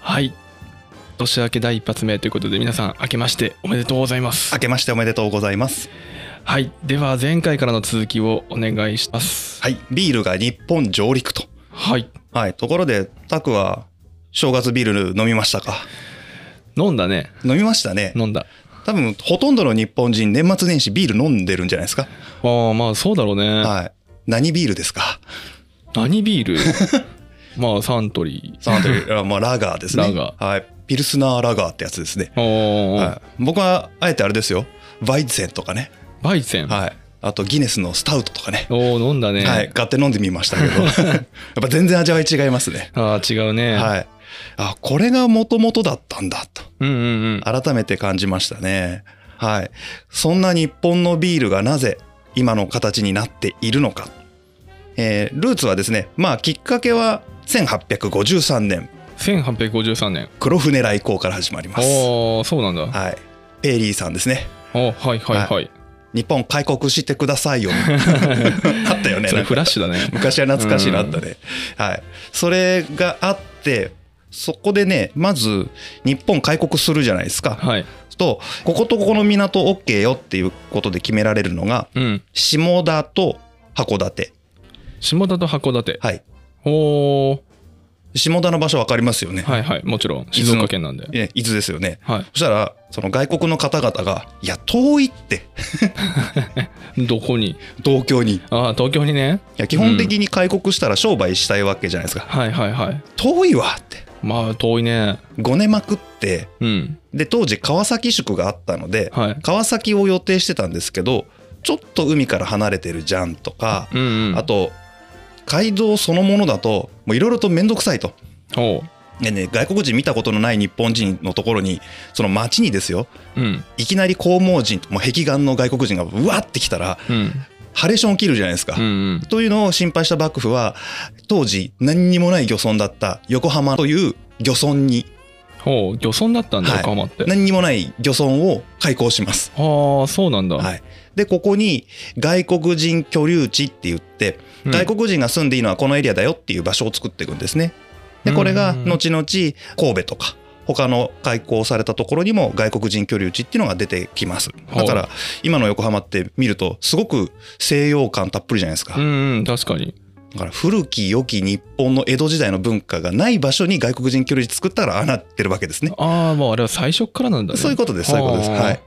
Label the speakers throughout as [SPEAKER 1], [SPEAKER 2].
[SPEAKER 1] はい年明け第一発目ということで皆さん明けましておめでとうございます
[SPEAKER 2] 明けましておめでとうございます。
[SPEAKER 1] はいでは前回からの続きをお願いします
[SPEAKER 2] はい、ビールが日本上陸と。
[SPEAKER 1] はい
[SPEAKER 2] はい、ところで、タクは正月ビール飲みましたか
[SPEAKER 1] 飲んだね
[SPEAKER 2] 飲みましたね。
[SPEAKER 1] 飲んだ
[SPEAKER 2] 多分、ほとんどの日本人、年末年始ビール飲んでるんじゃないですか。
[SPEAKER 1] ああまあそうだろうね、
[SPEAKER 2] はい。何ビールですか
[SPEAKER 1] 何ビール まあサントリ
[SPEAKER 2] その後、 いやまあ、ラガーですね。
[SPEAKER 1] ラガ
[SPEAKER 2] ー。はい。ピルスナーラガーってやつですね。
[SPEAKER 1] ーおー、
[SPEAKER 2] はい、僕は、あえてあれですよ。バイゼンとかね。
[SPEAKER 1] バイセン、
[SPEAKER 2] はい。あと、ギネスのスタウトとかね。
[SPEAKER 1] おお飲んだね、
[SPEAKER 2] はい。買って飲んでみましたけど。 やっぱ全然味わい違いますね。
[SPEAKER 1] ああ違うね、
[SPEAKER 2] はい。あ、これが元々だったんだと、
[SPEAKER 1] うんうんうん
[SPEAKER 2] 改めて感じましたね。はい。そんな日本のビールがなぜ今の形になっているのか。えールーツはですね、まあきっかけは1853年、
[SPEAKER 1] 1853年
[SPEAKER 2] 黒船来航から始まります。
[SPEAKER 1] おおそうなんだ
[SPEAKER 2] はい。ペリーさんですね。
[SPEAKER 1] おはいはいはい、
[SPEAKER 2] は日本開国してくださ いよ。あったよね。
[SPEAKER 1] それ
[SPEAKER 2] なんか
[SPEAKER 1] フラッシュだ ね
[SPEAKER 2] 昔は懐かしいのあったね、はいそれがあってそこでねまず日本開国するじゃないですか
[SPEAKER 1] はい
[SPEAKER 2] とこことここの港 OK よっていうことで決められるのが
[SPEAKER 1] うん
[SPEAKER 2] 下田と函館
[SPEAKER 1] 下田と函館
[SPEAKER 2] はい
[SPEAKER 1] おお
[SPEAKER 2] 下田の場所分かりますよね、
[SPEAKER 1] はいはいもちろん静岡県なんで
[SPEAKER 2] え伊豆ですよね
[SPEAKER 1] は
[SPEAKER 2] そしたらその外国の方々が「いや遠い」って
[SPEAKER 1] いどこに
[SPEAKER 2] 東京にい
[SPEAKER 1] ああ東京にね
[SPEAKER 2] や基本的に開国したら商売したいわけじゃないですか
[SPEAKER 1] はいはいはい
[SPEAKER 2] 「遠いわ」って
[SPEAKER 1] まあ遠いね
[SPEAKER 2] ごねまくって
[SPEAKER 1] うん
[SPEAKER 2] で当時川崎宿があったので、
[SPEAKER 1] はい
[SPEAKER 2] 川崎を予定してたんですけどちょっと海から離れてるじゃんとか、
[SPEAKER 1] うんうん
[SPEAKER 2] あと街道そのものだともういろいろと面倒くさいと。
[SPEAKER 1] おう
[SPEAKER 2] でね、外国人見たことのない日本人のところにその町にですよ
[SPEAKER 1] うん
[SPEAKER 2] いきなり黄毛人もう壁眼の外国人がうわって来たら
[SPEAKER 1] うん
[SPEAKER 2] ハレーション起きるじゃないですか。
[SPEAKER 1] うんうん
[SPEAKER 2] というのを心配した幕府は当時何にもない漁村だった横浜という漁村に
[SPEAKER 1] おう漁村だったんだ
[SPEAKER 2] はい
[SPEAKER 1] 横浜って
[SPEAKER 2] 何にもない漁村を開港します。
[SPEAKER 1] ああそうなんだ
[SPEAKER 2] はい、でここに外国人居留地って言って
[SPEAKER 1] うん
[SPEAKER 2] 外国人が住んでいいのはこのエリアだよっていう場所を作っていくんですね。でこれが
[SPEAKER 1] うん
[SPEAKER 2] 後々神戸とか他の開港されたところにも外国人居留地っていうのが出てきます
[SPEAKER 1] ほう
[SPEAKER 2] だから今の横浜って見るとすごく西洋感たっぷりじゃないですか、
[SPEAKER 1] うんうん確かに
[SPEAKER 2] だから古き良き日本の江戸時代の文化がない場所に外国人居留地作ったらああなってるわけですね
[SPEAKER 1] ああもうあれは最初っからなんだね
[SPEAKER 2] そういうことですそういうことです
[SPEAKER 1] はあ
[SPEAKER 2] はい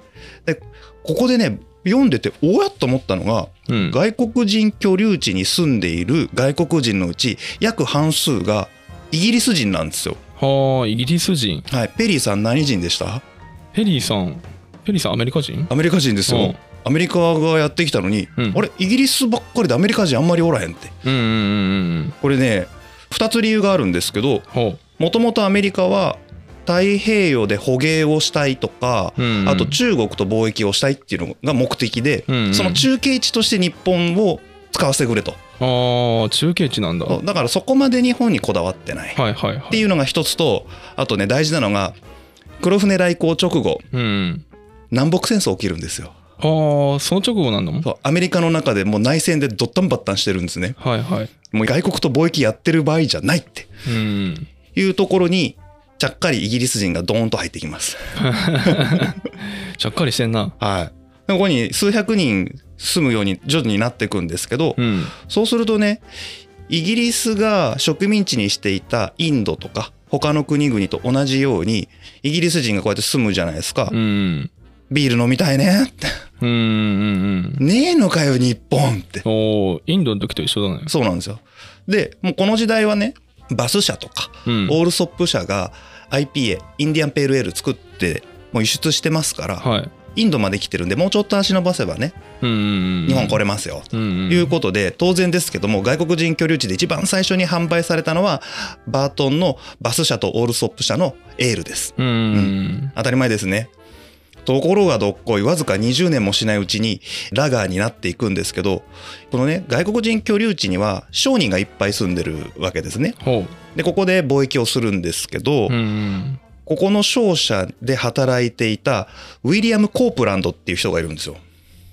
[SPEAKER 2] でここでね読んでておやと思ったのが
[SPEAKER 1] うん
[SPEAKER 2] 外国人居留地に住んでいる外国人のうち約半数がイギリス人なんですよ。
[SPEAKER 1] はあイギリス人
[SPEAKER 2] はい、ペリーさん何人でした
[SPEAKER 1] ペリーさんペリーさんアメリカ人
[SPEAKER 2] アメリカ人です
[SPEAKER 1] うん
[SPEAKER 2] よ。アメリカがやってきたのに、
[SPEAKER 1] うん
[SPEAKER 2] あれイギリスばっかりでアメリカ人あんまりおらへんって
[SPEAKER 1] うんうんうんうん
[SPEAKER 2] これね2つ理由があるんですけど
[SPEAKER 1] ほう
[SPEAKER 2] もともとアメリカは太平洋で捕鯨をしたいとか、
[SPEAKER 1] うんうん
[SPEAKER 2] あと中国と貿易をしたいっていうのが目的で、
[SPEAKER 1] うんうん
[SPEAKER 2] その中継地として日本を使わせてくれと
[SPEAKER 1] ああ中継地なんだは
[SPEAKER 2] だからそこまで日本にこだわってない
[SPEAKER 1] いはいはい
[SPEAKER 2] っていうのが一つとあとね大事なのが黒船来航直後
[SPEAKER 1] うん
[SPEAKER 2] 南北戦争起きるんですよ
[SPEAKER 1] ああその直後なんだもん
[SPEAKER 2] そうアメリカの中でもう内戦でドッタンバッタンしてるんですね
[SPEAKER 1] はいはい
[SPEAKER 2] もう外国と貿易やってる場合じゃないって
[SPEAKER 1] うん
[SPEAKER 2] いうところにちゃっかりイギリス人がドーンと入ってきます
[SPEAKER 1] ちゃっかりしてんな
[SPEAKER 2] はいここに数百人住むように徐々になっていくんですけど、
[SPEAKER 1] うん
[SPEAKER 2] そうするとねイギリスが植民地にしていたインドとか他の国々と同じようにイギリス人がこうやって住むじゃないですか、
[SPEAKER 1] うん
[SPEAKER 2] ビール飲みたいねって
[SPEAKER 1] うんうんうん
[SPEAKER 2] ねえのかよ日本って
[SPEAKER 1] おおインドの時と一緒だね
[SPEAKER 2] そうなんですよでもうこの時代はねバス社とか、
[SPEAKER 1] うん
[SPEAKER 2] オールソップ社が IPA インディアンペールエール作ってもう輸出してますから、
[SPEAKER 1] はい
[SPEAKER 2] インドまで来てるんでもうちょっと足伸ばせばね
[SPEAKER 1] うんうんうん
[SPEAKER 2] 日本来れますよ、
[SPEAKER 1] うんうん
[SPEAKER 2] ということで当然ですけども外国人居留地で一番最初に販売されたのはバートンのバス社とオールソップ社のエールです
[SPEAKER 1] うんうん
[SPEAKER 2] 当たり前ですねところがどっこいわずか20年もしないうちにラガーになっていくんですけどこのね外国人居留地には商人がいっぱい住んでるわけですね
[SPEAKER 1] ほ
[SPEAKER 2] でここで貿易をするんですけど、
[SPEAKER 1] ううんうん
[SPEAKER 2] ここの商社で働いていたウィリアム・コープランドっていう人がいるんですよ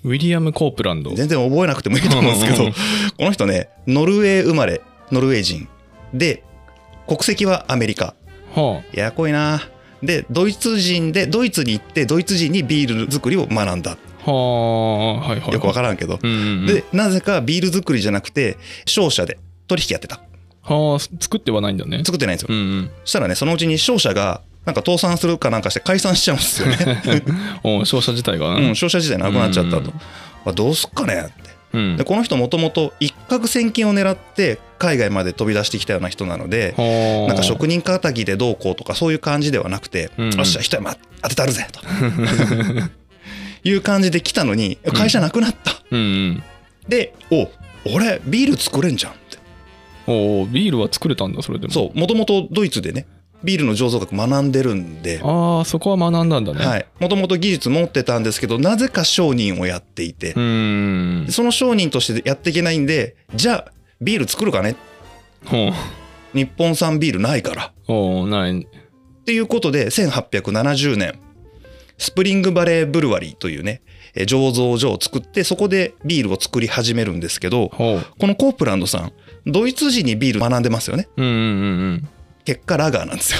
[SPEAKER 1] ウィリアム・コープランド
[SPEAKER 2] 全然覚えなくてもいいと思うんですけ
[SPEAKER 1] うんう
[SPEAKER 2] ど
[SPEAKER 1] ん
[SPEAKER 2] この人ねノルウェー生まれノルウェー人で国籍はアメリカ
[SPEAKER 1] は
[SPEAKER 2] ややこいなでドイツ人でドイツに行ってドイツ人にビール作りを学んだ
[SPEAKER 1] あはあはいはい
[SPEAKER 2] よくわ
[SPEAKER 1] ん
[SPEAKER 2] からんけど、
[SPEAKER 1] うんうんうん、
[SPEAKER 2] でなぜかビール作りじゃなくて商社で取引やってた
[SPEAKER 1] はあ作ってはないんだね
[SPEAKER 2] 作ってないんですよ、
[SPEAKER 1] うんうん
[SPEAKER 2] そしたらねそのうちに商社がなんか倒産するかなんかして解散しちゃうんです よね、
[SPEAKER 1] おう商社自体がな
[SPEAKER 2] うん、商社時代なくなっちゃった
[SPEAKER 1] うん
[SPEAKER 2] と、あどうすっかねって
[SPEAKER 1] うん
[SPEAKER 2] でこの人もともと一攫千金を狙って海外まで飛び出してきたような人なので
[SPEAKER 1] はあ
[SPEAKER 2] なんか職人仇でどうこうとかそういう感じではなくて、
[SPEAKER 1] うんうん
[SPEAKER 2] よっしゃ一山当てたるぜ という感じで来たのに会社なくなった、
[SPEAKER 1] うんうん
[SPEAKER 2] でお俺ビール作れんじゃんって
[SPEAKER 1] おうビールは作れたんだそれでも
[SPEAKER 2] そうもともとドイツでねビールの醸造学学んでるんで
[SPEAKER 1] ああそこは学んだんだねい
[SPEAKER 2] はいもともと技術持ってたんですけどなぜか商人をやっていて、
[SPEAKER 1] うん
[SPEAKER 2] その商人としてやっていけないんでじゃあビール作るかね
[SPEAKER 1] ほう
[SPEAKER 2] 日本産ビールないから
[SPEAKER 1] おうない
[SPEAKER 2] っていうことで1870年スプリングバレーブルワリーというねえー醸造所を作ってそこでビールを作り始めるんですけど
[SPEAKER 1] ほう
[SPEAKER 2] このコープランドさんドイツ人にビール学んでますよね
[SPEAKER 1] うんうんうん うん
[SPEAKER 2] 結果ラガーなんですよ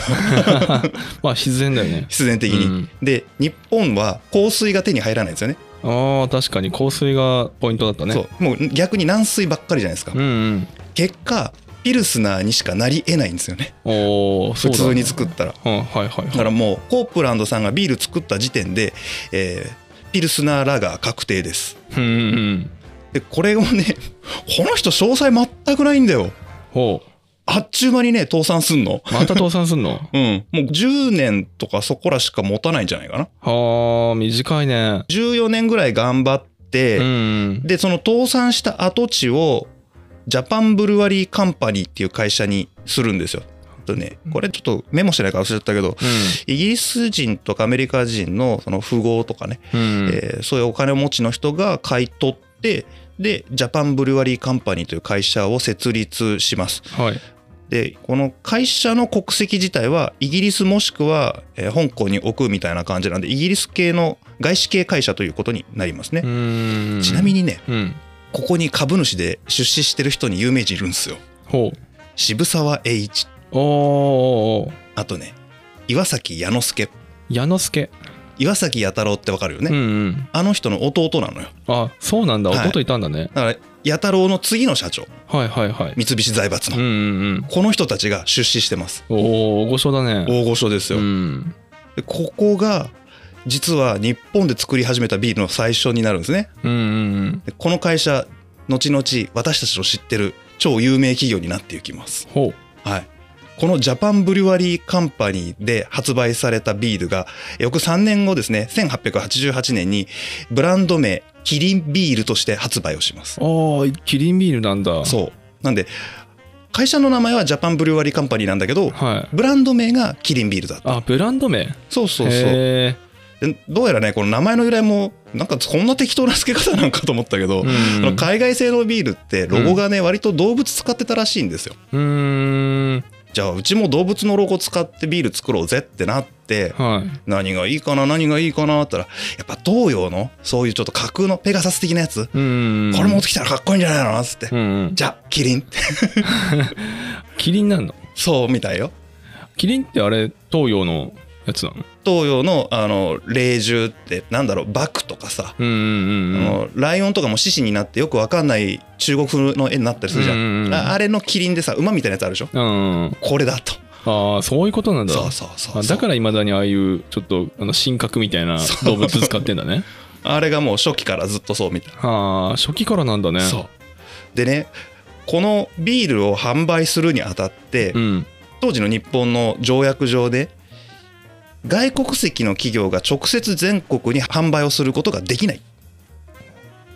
[SPEAKER 1] まあ必然だよね
[SPEAKER 2] 必然的に、
[SPEAKER 1] うん
[SPEAKER 2] で日本は香水が手に入らないんですよね
[SPEAKER 1] ああ確かに香水がポイントだったね
[SPEAKER 2] そうもう逆に軟水ばっかりじゃないですか、
[SPEAKER 1] うんうん
[SPEAKER 2] 結果ピルスナーにしかなり得ないんですよね
[SPEAKER 1] おお
[SPEAKER 2] 普通に作ったら
[SPEAKER 1] うんはいはい
[SPEAKER 2] だか
[SPEAKER 1] はい
[SPEAKER 2] らもうコープランドさんがビール作った時点で、えーピルスナーラガー確定です
[SPEAKER 1] うんうんうん
[SPEAKER 2] でこれをね この人詳細全くないんだよ
[SPEAKER 1] ほう
[SPEAKER 2] あっちゅう間にね倒産すんの
[SPEAKER 1] また倒産すんの
[SPEAKER 2] うんもう10年とかそこらしか持たないんじゃないかな
[SPEAKER 1] はあ短いね
[SPEAKER 2] 14年ぐらい頑張って、
[SPEAKER 1] うん
[SPEAKER 2] でその倒産した跡地をジャパンブルワリーカンパニーっていう会社にするんですよとねこれちょっとメモしてないから忘れちゃったけどイギリス人とかアメリカ人のその富豪とかね
[SPEAKER 1] うんうん
[SPEAKER 2] えーそういうお金持ちの人が買い取ってでジャパンブルワリーカンパニーという会社を設立します
[SPEAKER 1] はい
[SPEAKER 2] でこの会社の国籍自体はイギリスもしくは、えー香港に置くみたいな感じなんでイギリス系の外資系会社ということになりますね、
[SPEAKER 1] うん
[SPEAKER 2] ちなみにね
[SPEAKER 1] うん
[SPEAKER 2] ここに株主で出資してる人に有名人いるんですよ
[SPEAKER 1] ほう
[SPEAKER 2] 渋沢栄一
[SPEAKER 1] おーおーおー
[SPEAKER 2] あとね岩崎彌之助
[SPEAKER 1] 矢之助
[SPEAKER 2] 岩崎弥太郎ってわかるよね、
[SPEAKER 1] うんうん
[SPEAKER 2] あの人の弟なのよ
[SPEAKER 1] あそうなんだ
[SPEAKER 2] はい
[SPEAKER 1] 弟いたんだね
[SPEAKER 2] だから弥太郎の次の社長
[SPEAKER 1] はいはいはい
[SPEAKER 2] 三菱財閥の
[SPEAKER 1] うんうん
[SPEAKER 2] この人たちが出資してます。
[SPEAKER 1] うんおおご所だね
[SPEAKER 2] 大御所ですよ。
[SPEAKER 1] うん
[SPEAKER 2] でここが実は日本で作り始めたビールの最初になるんですね。
[SPEAKER 1] うんうん
[SPEAKER 2] でこの会社後々私たちの知ってる超有名企業になっていきます。
[SPEAKER 1] ほう
[SPEAKER 2] はい。このジャパンブリュワリーカンパニーで発売されたビールが翌3年後ですね1888年にブランド名キリンビールとして発売をします。
[SPEAKER 1] ああキリンビールなんだ
[SPEAKER 2] そう。なんで会社の名前はジャパンブリュワリーカンパニーなんだけど
[SPEAKER 1] はい
[SPEAKER 2] ブランド名がキリンビールだった。
[SPEAKER 1] あブランド名
[SPEAKER 2] そうそうそう。
[SPEAKER 1] へ
[SPEAKER 2] でどうやらねこの名前の由来もなんかこんな適当な付け方なんかと思ったけど、
[SPEAKER 1] ーうん
[SPEAKER 2] その海外製のビールってロゴがね、割と動物使ってたらしいんですよ
[SPEAKER 1] うーん
[SPEAKER 2] じゃあうちも動物のロゴ使ってビール作ろうぜってなって
[SPEAKER 1] はい
[SPEAKER 2] 何がいいかな何がいいかなって言ったらやっぱ東洋のそういうちょっと架空のペガサス的なやつ、
[SPEAKER 1] うん
[SPEAKER 2] これ持ってきたらかっこいいんじゃないのなっつって、
[SPEAKER 1] うんうん
[SPEAKER 2] じゃあキリンって
[SPEAKER 1] キリンなんの
[SPEAKER 2] そうみたいよ
[SPEAKER 1] キリンってあれ東洋のやつなの
[SPEAKER 2] 東洋のあの霊獣ってなんだろうバクとかさ、
[SPEAKER 1] うんうん
[SPEAKER 2] あ
[SPEAKER 1] うんうん
[SPEAKER 2] のライオンとかも獅子になってよくわかんない中国風の絵になったりするじゃん,、
[SPEAKER 1] うんうんうん
[SPEAKER 2] ああれのキリンでさ馬みたいなやつあるでしょ
[SPEAKER 1] うんうん
[SPEAKER 2] これだと
[SPEAKER 1] ああそういうことなんだ
[SPEAKER 2] そうそうそう
[SPEAKER 1] あ
[SPEAKER 2] そ
[SPEAKER 1] だ
[SPEAKER 2] う
[SPEAKER 1] からいまだにああいうちょっとあの神格みたいな
[SPEAKER 2] そう
[SPEAKER 1] 動物使ってんだね。
[SPEAKER 2] あれがもう初期からずっとそうみたい
[SPEAKER 1] はあ初期からなんだね。
[SPEAKER 2] な、そうでねこのビールを販売するにあたって、
[SPEAKER 1] うん。
[SPEAKER 2] 当時の日本の条約上で外国籍の企業が直接全国に販売をすることができない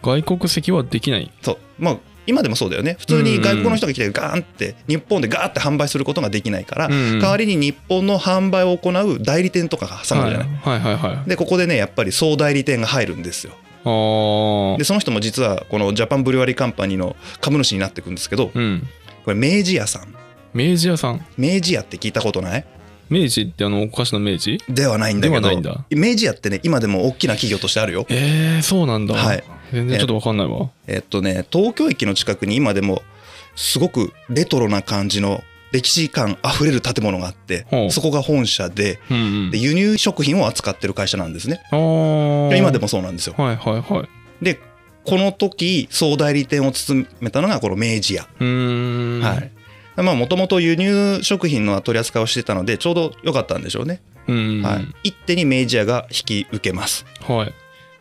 [SPEAKER 1] 外国籍はできない。
[SPEAKER 2] そうまあ今でもそうだよね普通に外国の人が来てガーンって日本でガーって販売することができないから、
[SPEAKER 1] うんうん
[SPEAKER 2] 代わりに日本の販売を行う代理店とかが挟ま
[SPEAKER 1] は
[SPEAKER 2] る
[SPEAKER 1] い
[SPEAKER 2] じ
[SPEAKER 1] は
[SPEAKER 2] ゃないい、
[SPEAKER 1] はいはい。あ
[SPEAKER 2] でここでねやっぱり総代理店が入るんですよ
[SPEAKER 1] あ
[SPEAKER 2] で。その人も実はこのジャパンブリュワリーカンパニーの株主になっていくんですけど
[SPEAKER 1] うん。
[SPEAKER 2] これ明治屋さん
[SPEAKER 1] 明治屋さん。
[SPEAKER 2] 明治屋って聞いたことない
[SPEAKER 1] 明治ってあのお菓子の明治
[SPEAKER 2] ではないんだけど
[SPEAKER 1] ではないんだ
[SPEAKER 2] 明治屋ってね今でも大きな企業としてあるよ
[SPEAKER 1] ええそうなんだ。
[SPEAKER 2] はい。
[SPEAKER 1] 全然ちょっとわかんないわ。
[SPEAKER 2] えっとね東京駅の近くに今でもすごくレトロな感じの歴史感あふれる建物があって
[SPEAKER 1] ほう
[SPEAKER 2] そこが本社で
[SPEAKER 1] うんうん
[SPEAKER 2] で輸入食品を扱ってる会社なんですね
[SPEAKER 1] あー
[SPEAKER 2] 今でもそうなんですよ
[SPEAKER 1] はいはいはい
[SPEAKER 2] でこの時総代理店を務めたのがこの明治屋
[SPEAKER 1] うーん
[SPEAKER 2] はいまあもともと輸入食品の取り扱いをしてたのでちょうど良かったんでしょうね、
[SPEAKER 1] うん
[SPEAKER 2] は
[SPEAKER 1] はいい、
[SPEAKER 2] 一手に明治屋が引き受けます
[SPEAKER 1] はい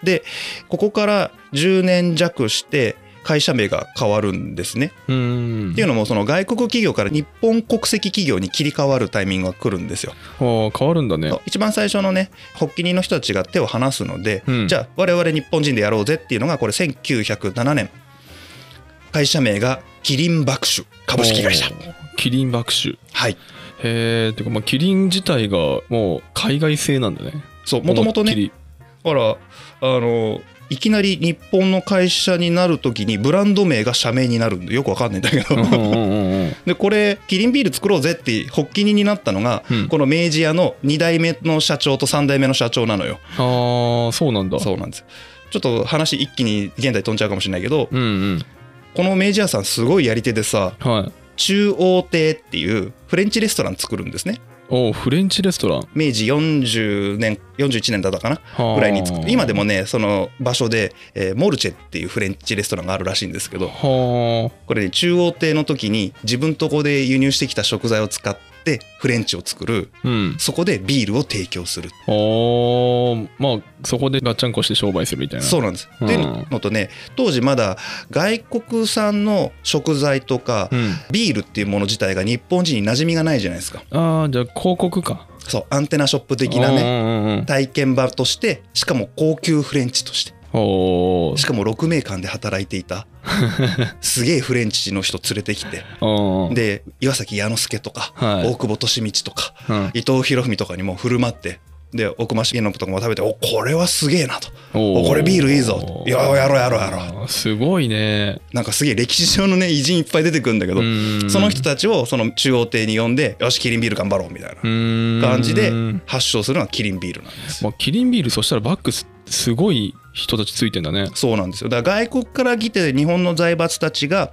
[SPEAKER 2] でここから10年弱して会社名が変わるんですね
[SPEAKER 1] うーん
[SPEAKER 2] っていうのもその外国企業から日本国籍企業に切り替わるタイミングが来るんですよ。
[SPEAKER 1] ああ変わるんだね
[SPEAKER 2] そう一番最初のね発起人の人たちが手を離すので、
[SPEAKER 1] うん
[SPEAKER 2] じゃあ我々日本人でやろうぜっていうのがこれ1907年会社名がキリン爆酒株式会社
[SPEAKER 1] お。ーキリン爆酒
[SPEAKER 2] はい
[SPEAKER 1] へえてかまあキリン自体がもう海外製なんだね
[SPEAKER 2] そうもともと
[SPEAKER 1] 思いっき
[SPEAKER 2] ね
[SPEAKER 1] り
[SPEAKER 2] ほらあのいきなり日本の会社になる時にブランド名が社名になるんでよくわかんないんだけど、
[SPEAKER 1] うんうんうん うん
[SPEAKER 2] でこれキリンビール作ろうぜって発起人になったのが、
[SPEAKER 1] うん
[SPEAKER 2] この明治屋の2代目の社長と3代目の社長なのよ
[SPEAKER 1] ああそうなんだ
[SPEAKER 2] そうなんですちょっと話一気に現代飛んじゃうかもしれないけど、
[SPEAKER 1] うんうん
[SPEAKER 2] この明治屋さんすごいやり手でさ
[SPEAKER 1] はい
[SPEAKER 2] 中央亭っていうフレンチレストラン作るんですね
[SPEAKER 1] おーフレンチレストラン
[SPEAKER 2] 明治40年41年だったかな
[SPEAKER 1] はー
[SPEAKER 2] ぐらいに作って今でもねその場所で、えーモルチェっていうフレンチレストランがあるらしいんですけど
[SPEAKER 1] は
[SPEAKER 2] これね中央亭の時に自分とこで輸入してきた食材を使ってフレンチを作る
[SPEAKER 1] あうん
[SPEAKER 2] そこでビールを提供する。
[SPEAKER 1] あーまあそこでガッチャンコして商売するみたいな
[SPEAKER 2] そうなんです。
[SPEAKER 1] うん
[SPEAKER 2] っていうのとね、当時まだ外国産の食材とか、
[SPEAKER 1] うん、
[SPEAKER 2] ビールっていうもの自体が日本人に馴染みがないじゃないですか。
[SPEAKER 1] ああじゃあ広告か
[SPEAKER 2] そう、アンテナショップ的なね、
[SPEAKER 1] ね
[SPEAKER 2] 体験場として、しかも高級フレンチとして、
[SPEAKER 1] お
[SPEAKER 2] しかも6名間で働いていた、 すげえフレンチの人連れてきて、
[SPEAKER 1] おで、
[SPEAKER 2] で、岩崎彌之助とか、
[SPEAKER 1] はい
[SPEAKER 2] 大久保利通とか、
[SPEAKER 1] うん、
[SPEAKER 2] 伊藤博文とかにも振る舞って、で、奥間重信とかも食べて、お、これはすげえなと。
[SPEAKER 1] お
[SPEAKER 2] おこれビールいいぞやろうやろうやろうやろう
[SPEAKER 1] ろうすごいね
[SPEAKER 2] なんかすげえ歴史上のね偉人いっぱい出てくるんだけど、その人たちをその中央亭に呼んでよしキリンビール頑張ろうみたいな
[SPEAKER 1] 感
[SPEAKER 2] 感じで発祥するのがキリンビールなんです
[SPEAKER 1] まあ、キリンビールそしたらバックスすごい人たちついてんだね
[SPEAKER 2] そうなんですよだから外国から来て日本の財閥たちが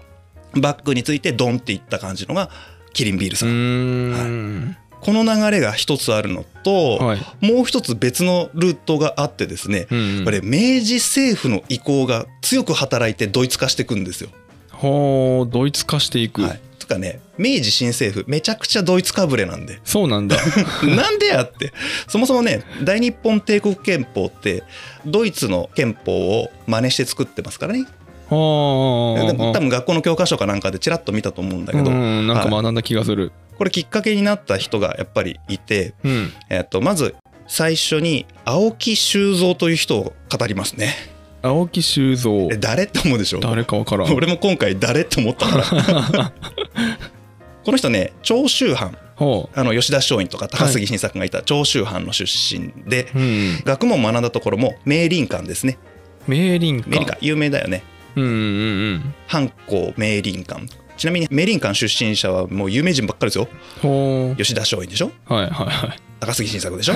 [SPEAKER 2] バッグについてドンっていった感じのがキリンビール
[SPEAKER 1] う
[SPEAKER 2] さん、
[SPEAKER 1] ーん
[SPEAKER 2] この流れが一つあるのと、
[SPEAKER 1] はい、
[SPEAKER 2] もう一つ別のルートがあってですね、
[SPEAKER 1] うんうん
[SPEAKER 2] これ明治政府の意向が強く働いてドイツ化していくんですよ。
[SPEAKER 1] ほうドイツ化していく、
[SPEAKER 2] はい、とかね明治新政府めちゃくちゃドイツかぶれ なんで
[SPEAKER 1] そうなんだ
[SPEAKER 2] なんでやってそもそもね大日本帝国憲法ってドイツの憲法を真似して作ってますからね
[SPEAKER 1] ほう
[SPEAKER 2] でも多分学校の教科書かなんかでちらっと見たと思うんだけど、
[SPEAKER 1] うん、なんか学んだ気がする、
[SPEAKER 2] これきっかけになった人がやっぱりいて、
[SPEAKER 1] うん
[SPEAKER 2] えっとまず最初に青木修造という人を語りますね
[SPEAKER 1] 青木修造
[SPEAKER 2] え誰って思うでしょ
[SPEAKER 1] 誰かわからん
[SPEAKER 2] 俺も今回誰って思ったから この人ね長州藩
[SPEAKER 1] ほ
[SPEAKER 2] あの吉田松陰とか高杉晋作がいた長州藩の出身で、
[SPEAKER 1] う、うん、
[SPEAKER 2] 学問を学んだところも明倫館ですね
[SPEAKER 1] 明倫か
[SPEAKER 2] 明倫館有名だよね
[SPEAKER 1] うんうん
[SPEAKER 2] 藩校明倫館ちなみに明倫館出身者はもう有名人ばっかりですよ
[SPEAKER 1] うんほ
[SPEAKER 2] 吉田松陰でしょ
[SPEAKER 1] うはいはいはい
[SPEAKER 2] 高杉 晋作でしょ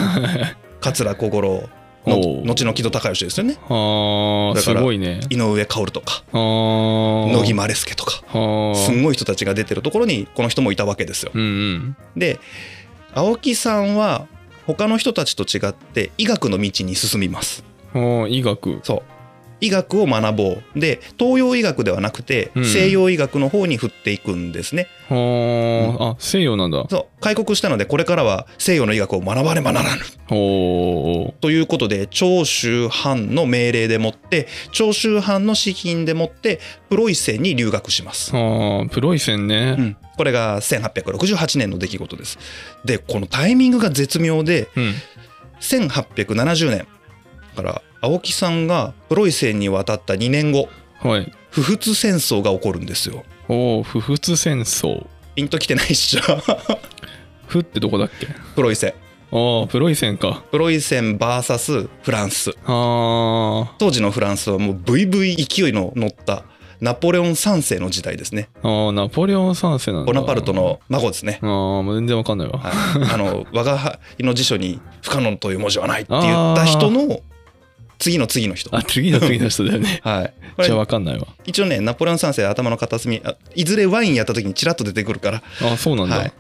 [SPEAKER 2] 桂小五郎
[SPEAKER 1] お
[SPEAKER 2] の
[SPEAKER 1] う
[SPEAKER 2] 後の木戸孝允ですよね
[SPEAKER 1] あー
[SPEAKER 2] だか
[SPEAKER 1] す
[SPEAKER 2] ら
[SPEAKER 1] ごいね
[SPEAKER 2] 井上薫とか
[SPEAKER 1] あー
[SPEAKER 2] 乃木希典とか
[SPEAKER 1] はあ
[SPEAKER 2] すんごい人たちが出てるところにこの人もいたわけですよ
[SPEAKER 1] うんうん
[SPEAKER 2] で青木さんは他の人たちと違って医学の道に進みます
[SPEAKER 1] ほう医学
[SPEAKER 2] そう医学を学ぼうで東洋医学ではなくて
[SPEAKER 1] うん
[SPEAKER 2] 西洋医学の方に振っていくんですね、
[SPEAKER 1] はーあ西洋なんだ
[SPEAKER 2] そう開国したのでこれからは西洋の医学を学ばねばならぬ
[SPEAKER 1] ほ
[SPEAKER 2] ということで長州藩の命令でもって長州藩の資金でもってプロイセンに留学します
[SPEAKER 1] う、はあプロイセン
[SPEAKER 2] う
[SPEAKER 1] ね
[SPEAKER 2] ん、これが1868年の出来事ですでこのタイミングが絶妙で
[SPEAKER 1] うん
[SPEAKER 2] 1870年だから青木さんがプロイセンに渡った2年後
[SPEAKER 1] はい
[SPEAKER 2] 不仏戦争が起こるんですよ
[SPEAKER 1] おお不仏戦争
[SPEAKER 2] ピンときてないっしょ
[SPEAKER 1] ふってどこだっけ
[SPEAKER 2] プロイセン
[SPEAKER 1] ああプロイセンか
[SPEAKER 2] プロイセン VS フランス
[SPEAKER 1] あ
[SPEAKER 2] 当時のフランスはもうブイブイ勢いの乗ったナポレオン3世の時代ですね
[SPEAKER 1] ーあーナポレオン三世なんだ
[SPEAKER 2] ボナパルトの孫ですね
[SPEAKER 1] ああもう全然わかんないわ
[SPEAKER 2] はい、あの我が輩の辞書に「不可能という文字はない」って言った人の次の次の人。。
[SPEAKER 1] あ、次の次の人だよね
[SPEAKER 2] はい。
[SPEAKER 1] じ
[SPEAKER 2] こ
[SPEAKER 1] ゃあ
[SPEAKER 2] れ
[SPEAKER 1] わかんないわ。
[SPEAKER 2] 一応ね、ナポレオン三世頭の片隅、あいずれワインやった時にちらっと出てくるから、
[SPEAKER 1] あ、そうなんだ。
[SPEAKER 2] は
[SPEAKER 1] はいい。。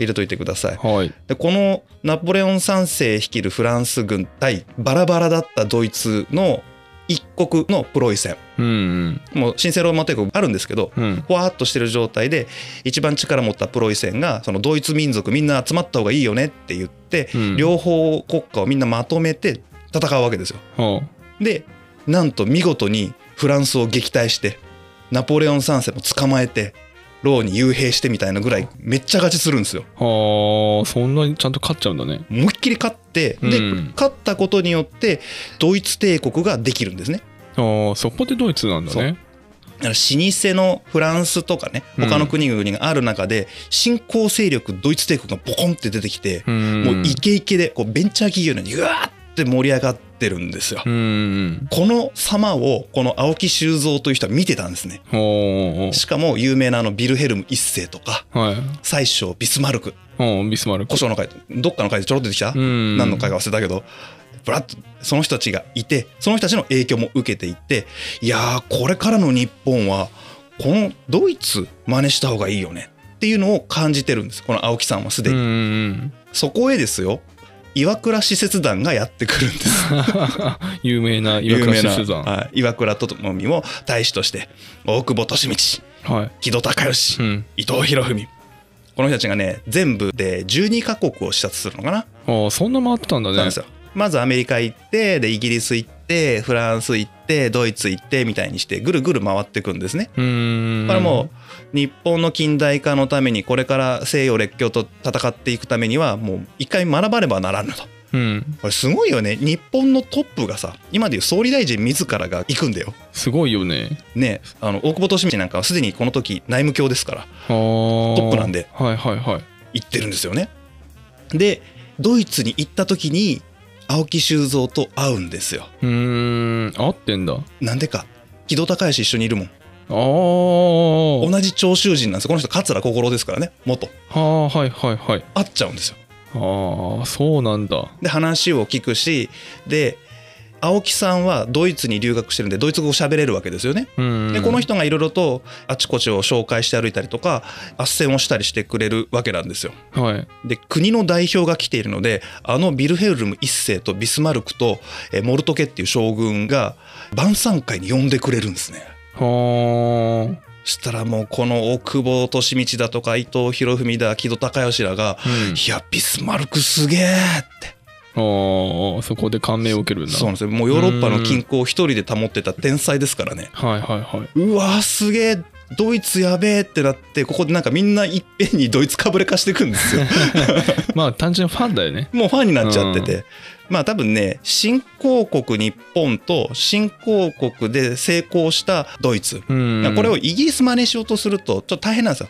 [SPEAKER 2] 入れといてください。でこのナポレオン三世率いるフランス軍対バラバラだったドイツの一国のプロイセン
[SPEAKER 1] うんうん。
[SPEAKER 2] もう神聖ローマ帝国あるんですけど
[SPEAKER 1] うん。
[SPEAKER 2] ふわっとしてる状態で一番力持ったプロイセンがそのドイツ民族みんな集まった方がいいよねって言って、
[SPEAKER 1] うん
[SPEAKER 2] 両方国家をみんなまとめて戦うわけですよ。
[SPEAKER 1] は
[SPEAKER 2] でなんと見事にフランスを撃退してナポレオン三世も捕まえてローに幽閉してみたいなぐらいめっちゃ勝ちするんですよ。
[SPEAKER 1] あ。はあ、そんなにちゃんと勝っちゃうんだね。
[SPEAKER 2] 思いっきり勝ってで、
[SPEAKER 1] うん
[SPEAKER 2] 勝ったことによってドイツ帝国ができるんですね。
[SPEAKER 1] ああ、そこでドイツなんだね。
[SPEAKER 2] だから老舗のフランスとかね
[SPEAKER 1] うん
[SPEAKER 2] 他の国々がある中で新興勢力ドイツ帝国がボコンって出てきて、
[SPEAKER 1] うん。
[SPEAKER 2] もうイケイケでこうベンチャー企業のようにうわーって盛り上がってるんですよ。
[SPEAKER 1] うんうん。
[SPEAKER 2] この様をこの青木修造という人は見てたんですね。
[SPEAKER 1] おーおー
[SPEAKER 2] しかも有名なあのビルヘルム一世とか
[SPEAKER 1] はい。
[SPEAKER 2] 宰相ビスマルク
[SPEAKER 1] おービスマルク
[SPEAKER 2] 古。書の会どっかの会でちょろっと出てきた、
[SPEAKER 1] うん。
[SPEAKER 2] 何の会か忘れたけどブラッとその人たちがいてその人たちの影響も受けていっていやーこれからの日本はこのドイツ真似した方がいいよねっていうのを感じてるんですこの青木さんはすで
[SPEAKER 1] うん
[SPEAKER 2] に、
[SPEAKER 1] うん
[SPEAKER 2] そこへですよ岩倉使節団がやってくるんです
[SPEAKER 1] うん。有名な 岩
[SPEAKER 2] 有
[SPEAKER 1] 倉
[SPEAKER 2] 名な
[SPEAKER 1] シスザン。は
[SPEAKER 2] はい岩倉ともみを大使として大久保利通
[SPEAKER 1] い。
[SPEAKER 2] 木戸孝允、
[SPEAKER 1] うん。
[SPEAKER 2] 伊藤博文この人たちがね全部で12カ国を視察するのかな
[SPEAKER 1] ああ、そんな回ってたんだ
[SPEAKER 2] そうな
[SPEAKER 1] ね
[SPEAKER 2] んです。よまずアメリカ行ってでイギリス行ってフランス行ってドイツ行ってみたいにしてぐるぐる回っていくんですね。
[SPEAKER 1] うーん。
[SPEAKER 2] だからもう日本の近代化のためにこれから西洋列強と戦っていくためにはもう一回学ばねばならぬと。
[SPEAKER 1] う。うん。
[SPEAKER 2] これすごいよね日本のトップがさ今でいう総理大臣自らが行くんだよ。
[SPEAKER 1] すごいよね。
[SPEAKER 2] ねあの大久保利通なんかはすでにこの時内務卿ですから
[SPEAKER 1] ああ。ト
[SPEAKER 2] ップなんで。
[SPEAKER 1] はいはいはい。
[SPEAKER 2] 行ってるんですよね。でドイツに行った時に青木修造と会うんですよ。
[SPEAKER 1] うーん。合ってんだ。あ
[SPEAKER 2] なんでか木戸孝允一緒にいるもん
[SPEAKER 1] あ。は
[SPEAKER 2] 同じ長州人なんですよこの人桂心ですからね元
[SPEAKER 1] あ、はいはいはい。
[SPEAKER 2] 会っちゃうんですよ
[SPEAKER 1] ああ、そうなんだ。
[SPEAKER 2] で話を聞くしで青木さんはドイツに留学してるんでドイツ語を喋れるわけですよね
[SPEAKER 1] うん。
[SPEAKER 2] でこの人がいろいろとあちこちを紹介して歩いたりとか斡旋をしたりしてくれるわけなんですよ
[SPEAKER 1] はい。
[SPEAKER 2] で国の代表が来ているのであのビルヘルム一世とビスマルクとえモルトケっていう将軍が晩餐会に呼んでくれるんですね
[SPEAKER 1] は
[SPEAKER 2] したらもうこの大久保利通だとか伊藤博文だ木戸孝允らが
[SPEAKER 1] あ。うん。
[SPEAKER 2] 「いやビスマルクすげえ!」って
[SPEAKER 1] ああそこで感銘を受けるんだ
[SPEAKER 2] そうなんですよもうヨーロッパの均衡を一人で保ってた天才ですからね
[SPEAKER 1] はいはいはいう
[SPEAKER 2] わーすげえドイツやべえってなってここでなんかみんないっぺんにドイツかぶれ化していく んですよ
[SPEAKER 1] まあ単純にファンだよね
[SPEAKER 2] もうファンになっちゃってて、まあ多分ね新興国日本と新興国で成功したドイツ
[SPEAKER 1] うん
[SPEAKER 2] これをイギリス真似しようとするとちょっと大変なんですよ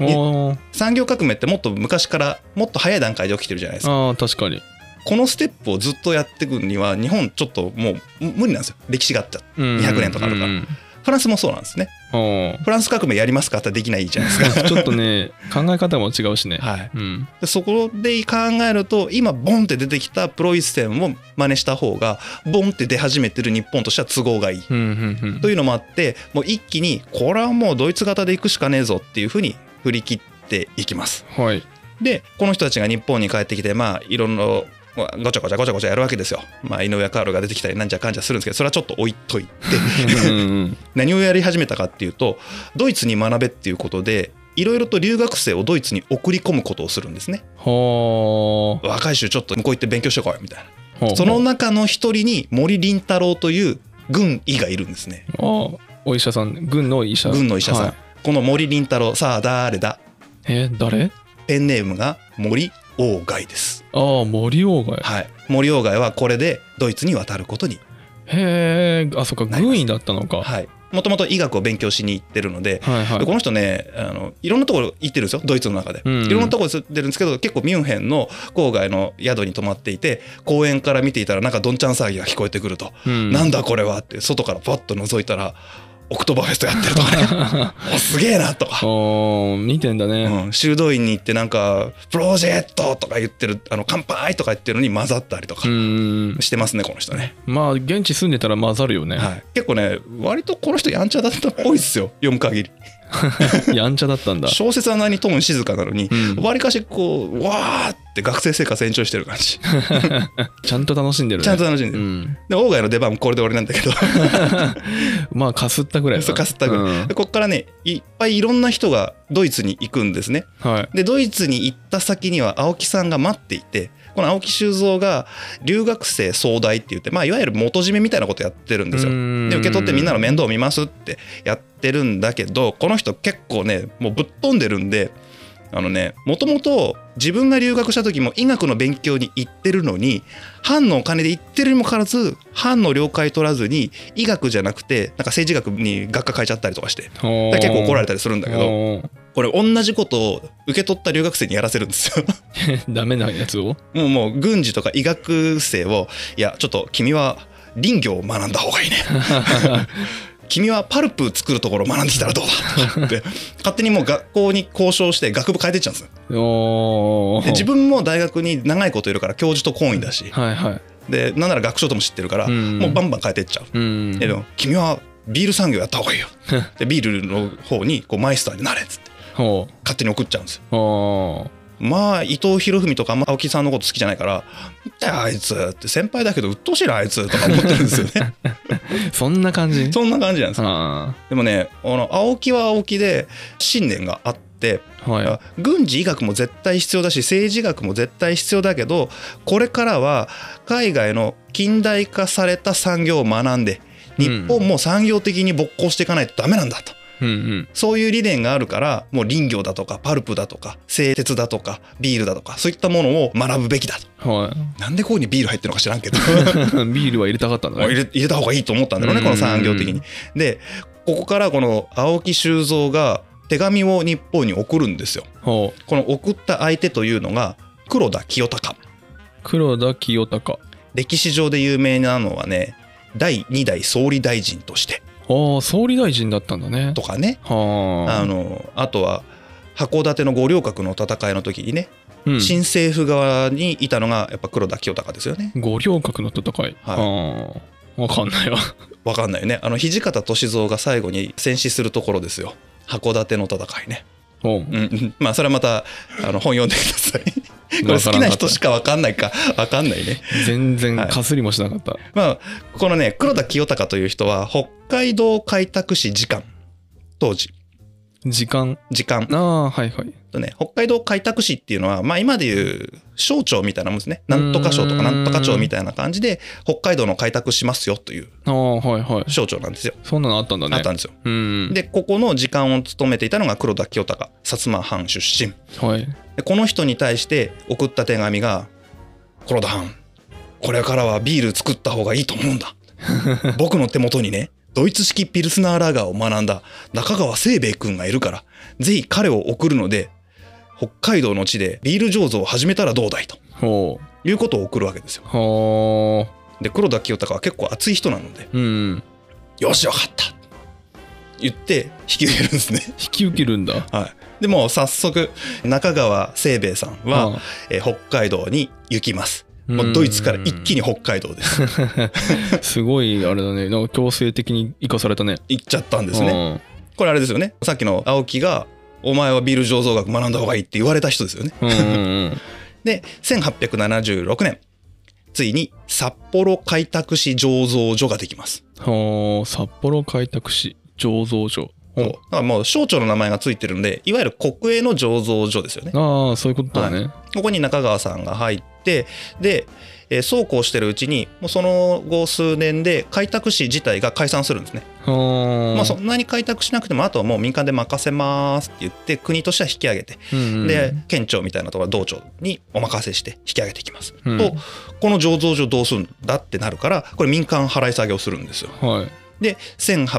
[SPEAKER 1] おー
[SPEAKER 2] 産業革命ってもっと昔からもっと早い段階で起きてるじゃないですか
[SPEAKER 1] ああ確かに
[SPEAKER 2] このステップをずっとやっていくには日本ちょっともう無理なんですよ歴史があっちゃ200
[SPEAKER 1] 200
[SPEAKER 2] 年とかあるから
[SPEAKER 1] うん
[SPEAKER 2] フランスもそうなんですね
[SPEAKER 1] うん
[SPEAKER 2] フランス革命やりますかってできないじゃないです
[SPEAKER 1] あーちょっと ね考え方も違う しね
[SPEAKER 2] か、はい、
[SPEAKER 1] うん
[SPEAKER 2] でそこで考えると今ボンって出てきたプロイセンを真似した方がボンって出始めてる日本としては都合がいい
[SPEAKER 1] うんうんうん
[SPEAKER 2] というのもあってもう一気にこれはもうドイツ型で行くしかねえぞっていうふうに振り切っていきます
[SPEAKER 1] はい
[SPEAKER 2] でこの人たちが日本に帰ってきてまあいろんなまあごちゃごちゃごちゃごちゃやるわけですよ。まあ井上カールが出てきたりなんちゃかんちゃするんですけどそれはちょっと置いといて
[SPEAKER 1] うんうん
[SPEAKER 2] 何をやり始めたかっていうとドイツに学べっていうことでいろいろと留学生をドイツに送り込むことをするんですね。
[SPEAKER 1] は
[SPEAKER 2] 若い衆ちょっと向こう行って勉強してこいみたい
[SPEAKER 1] あ
[SPEAKER 2] な。その中の一人に森林太郎という軍医がいるんですね。
[SPEAKER 1] あーお医者さん軍の医者
[SPEAKER 2] 軍の医者さん。
[SPEAKER 1] はい
[SPEAKER 2] この森林太郎さあ誰だ
[SPEAKER 1] え誰
[SPEAKER 2] ペンネームが森鴎外です。
[SPEAKER 1] ああ森鴎外
[SPEAKER 2] はい、森鴎外はこれでドイツに渡ることに
[SPEAKER 1] へえあそっか
[SPEAKER 2] なります
[SPEAKER 1] 軍医だったのか
[SPEAKER 2] はいもともと医学を勉強しに行ってるので、
[SPEAKER 1] はいは
[SPEAKER 2] で
[SPEAKER 1] い
[SPEAKER 2] この人ねあのいろんなところ行ってるんですよドイツの中で、
[SPEAKER 1] うんうん
[SPEAKER 2] いろんなところ行ってるんですけど結構ミュンヘンの郊外の宿に泊まっていて公園から見ていたらなんかどんちゃん騒ぎが聞こえてくると、
[SPEAKER 1] うん
[SPEAKER 2] なんだこれはって外からパッと覗いたらオクトーバーフェストやってるとかね おすげえなとか、
[SPEAKER 1] おー、2点だね。
[SPEAKER 2] うん、修道院に行ってなんかプロジェクトとか言ってるあの乾杯とか言ってるのに混ざったりとか
[SPEAKER 1] うん。うん
[SPEAKER 2] してますねこの人ね、
[SPEAKER 1] まあ、現地住んでたら混ざるよね。
[SPEAKER 2] はい、結構ね割とこの人やんちゃだったっぽいっすよ読む限り
[SPEAKER 1] やんちゃだったんだ。
[SPEAKER 2] 小説はなにトーン静かなのに
[SPEAKER 1] うん
[SPEAKER 2] わり、かしこうわーって学生生活延長してる感 じ
[SPEAKER 1] ちゃんと楽しんでるね。
[SPEAKER 2] ちゃんと楽しんで
[SPEAKER 1] う
[SPEAKER 2] る、
[SPEAKER 1] ん。
[SPEAKER 2] で外の出番これで俺なんだけ ど
[SPEAKER 1] まあ、かすったぐらいだな。
[SPEAKER 2] そうかすったぐらい
[SPEAKER 1] うん
[SPEAKER 2] でこっからねいっぱいいろんな人がドイツに行くんですね
[SPEAKER 1] はい。
[SPEAKER 2] でドイツに行った先には青木さんが待っていてこの青木修造が留学生総代って言って、まあ、いわゆる元締めみたいなことやってるんですよ
[SPEAKER 1] うん
[SPEAKER 2] で受け取ってみんなの面倒を見ますってやってるんだけどこの人結構ねもうぶっ飛んでるんであのねもともと自分が留学した時も医学の勉強に行ってるのに藩のお金で行ってるにもかかわらず藩の了解取らずに医学じゃなくてなんか政治学に学科変えちゃったりとかしてだから結構怒られ
[SPEAKER 1] た
[SPEAKER 2] たりするんだけどこれ同じことを受け取った留学生にやらせるんですよ
[SPEAKER 1] ど。 ダメなやつを
[SPEAKER 2] もうもう軍事とか医学生をいやちょっと君は林業を学んだ方がい いね君はパルプ作るところを学んできたらどうだとかって勝手にもう学校に交渉して学部変えてっちゃうんですよ
[SPEAKER 1] おー
[SPEAKER 2] で自分も大学に長いこといるから教授と懇意だし
[SPEAKER 1] はいはい。
[SPEAKER 2] でなんなら学長とも知ってるから
[SPEAKER 1] うん
[SPEAKER 2] もうバンバン変えてっちゃう
[SPEAKER 1] うん。
[SPEAKER 2] ででも君はビール産業やった方がいい よでビールの方にこうマイスターになれっつって
[SPEAKER 1] ほ
[SPEAKER 2] 勝手に送っちゃうんですよ
[SPEAKER 1] う。お
[SPEAKER 2] まあ伊藤博文とかあんま青木さんのこと好きじゃないから「なんだよあいつ」って先輩だけど鬱陶しいなあいつとか思ってるんですよ ね
[SPEAKER 1] ーそんな感じ
[SPEAKER 2] そんな感じなんですよ
[SPEAKER 1] あ
[SPEAKER 2] でもねあの青木は青木で信念があって
[SPEAKER 1] あ。はい。
[SPEAKER 2] 軍事医学も絶対必要だし政治学も絶対必要だけどこれからは海外の近代化された産業を学んで日本も産業的に勃興していかないとダメなんだと。
[SPEAKER 1] うんうん。
[SPEAKER 2] そういう理念があるからもう林業だとかパルプだとか製鉄だとかビールだとかそういったものを学ぶべきだと
[SPEAKER 1] は
[SPEAKER 2] なんでここにビール入ってるのか知らんけど
[SPEAKER 1] い。 ビールは入れたかったんだ
[SPEAKER 2] 入
[SPEAKER 1] ね。
[SPEAKER 2] れ入れた方がいいと思ったんだろうね
[SPEAKER 1] うん
[SPEAKER 2] この産業的に。でここからこの青木修造が手紙を日本に送るんですよ。
[SPEAKER 1] ほう。
[SPEAKER 2] この送った相手というのが黒田清隆
[SPEAKER 1] 黒田清隆。
[SPEAKER 2] 歴史上で有名なのはね第2代総理大臣として
[SPEAKER 1] ああ、総理大臣だったんだね。
[SPEAKER 2] とかね
[SPEAKER 1] はあ。
[SPEAKER 2] あのあとは函館の五稜郭の戦いの時にね
[SPEAKER 1] うん、
[SPEAKER 2] 新政府側にいたのがやっぱ黒田清隆ですよね。
[SPEAKER 1] 五稜郭の戦い。ああ。わかんないわ。
[SPEAKER 2] わかんないよね。あの土方歳三が最後に戦死するところですよ。函館の戦いね。
[SPEAKER 1] ほう。
[SPEAKER 2] うんうん、 まあそれはまたあの本読んでくだ さい。これ
[SPEAKER 1] わ
[SPEAKER 2] 好
[SPEAKER 1] から
[SPEAKER 2] き
[SPEAKER 1] んか
[SPEAKER 2] な
[SPEAKER 1] った
[SPEAKER 2] 人しかわかんないかわかんないね。
[SPEAKER 1] 全然かすりもしなかった。
[SPEAKER 2] まあこのね黒田清隆という人は北海道開拓使次官当時
[SPEAKER 1] 時間。
[SPEAKER 2] 時間
[SPEAKER 1] ああ、はいはい。
[SPEAKER 2] とね北海道開拓使っていうのはまあ今でいう省庁みたいなもんですね。なんとか省とかなんとか庁みたいな感じで北海道の開拓しますよという
[SPEAKER 1] ああ、はいはい。
[SPEAKER 2] 省庁なんですよ。
[SPEAKER 1] そんなのあったんだね。
[SPEAKER 2] あったんですよ。
[SPEAKER 1] うん。
[SPEAKER 2] でここの時間を務めていたのが黒田清隆薩摩藩出身
[SPEAKER 1] はい。
[SPEAKER 2] でこの人に対して送った手紙が「黒田藩これからはビール作った方がいいと思 うんだ僕の手元にねドイツ式ピルスナーラガーを学んだ中川清兵衛君がいるからぜひ彼を送るので北海道の地でビール醸造を始めたらどうだいと
[SPEAKER 1] ほう。
[SPEAKER 2] いうことを送るわけですよ
[SPEAKER 1] はあ。
[SPEAKER 2] で黒田清隆は結構熱い人なので
[SPEAKER 1] うん。
[SPEAKER 2] 「よしわかった」言って引き受けるんですね
[SPEAKER 1] 引き受けるんだ。
[SPEAKER 2] はい、でもう早速中川清兵衛さんは、
[SPEAKER 1] ああ
[SPEAKER 2] えー北海道に行きます。も
[SPEAKER 1] う
[SPEAKER 2] うんドイツから一気に北海道 です。
[SPEAKER 1] すごいあれだねなんか強制的に生かされたね
[SPEAKER 2] 行っちゃったんですね。これあれですよね。さっきの青木がお前はビール醸造学学んだ方がいいって言われた人ですよね。
[SPEAKER 1] うんうんうんうん
[SPEAKER 2] で1876年ついに札幌開拓市醸造所ができます。
[SPEAKER 1] はあ札幌開拓市醸造所ほ
[SPEAKER 2] そうだからもう省庁の名前がついてるんでいわゆる国営の醸造所ですよね。
[SPEAKER 1] ああそういうことだね、
[SPEAKER 2] ここに中川さんが入ってで、えーそうこうしてるうちにもうその後数年で開拓市自体が解散するんですね、
[SPEAKER 1] はあ
[SPEAKER 2] まあ、そんなに開拓しなくてもあとはもう民間で任せますって言って国としては引き上げて、
[SPEAKER 1] うんうん
[SPEAKER 2] で県庁みたいなところ道庁にお任せして引き上げていきます、
[SPEAKER 1] うん
[SPEAKER 2] とこの醸造所どうするんだってなるからこれ民間払い下げをするんですよ
[SPEAKER 1] はい
[SPEAKER 2] で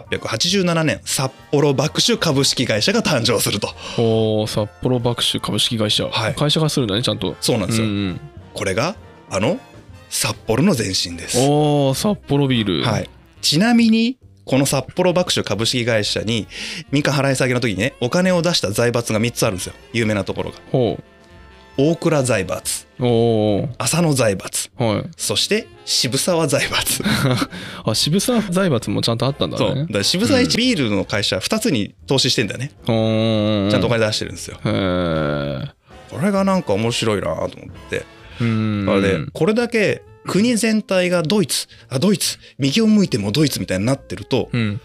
[SPEAKER 2] 1887年札幌爆酒株式会社が誕生すると
[SPEAKER 1] ほう札幌爆酒株式会社、
[SPEAKER 2] はい
[SPEAKER 1] 会社がするんだねちゃんと
[SPEAKER 2] そうなんですよ、
[SPEAKER 1] うんうん
[SPEAKER 2] これがあの札幌の前身です
[SPEAKER 1] おー札幌ビール
[SPEAKER 2] はい、ちなみにこの札幌爆酒株式会社に民間払い下げの時にねお金を出した財閥が3つあるんですよ有名なところが
[SPEAKER 1] ほ
[SPEAKER 2] 大倉財閥
[SPEAKER 1] う。おー
[SPEAKER 2] 浅野財閥
[SPEAKER 1] はい。
[SPEAKER 2] そして渋沢財 閥
[SPEAKER 1] あ、渋沢財閥もちゃんとあったんだ
[SPEAKER 2] そうだ
[SPEAKER 1] ね
[SPEAKER 2] か。ら渋沢
[SPEAKER 1] う
[SPEAKER 2] 一ビールの会社2つに投資してんだよね
[SPEAKER 1] うーん。
[SPEAKER 2] ちゃんとお金出してるんですよ
[SPEAKER 1] へー
[SPEAKER 2] これがなんか面白いなと思って
[SPEAKER 1] うーん。
[SPEAKER 2] あれこれだけ国全体がドイツあドイツ右を向いてもドイツみたいになってると
[SPEAKER 1] うん。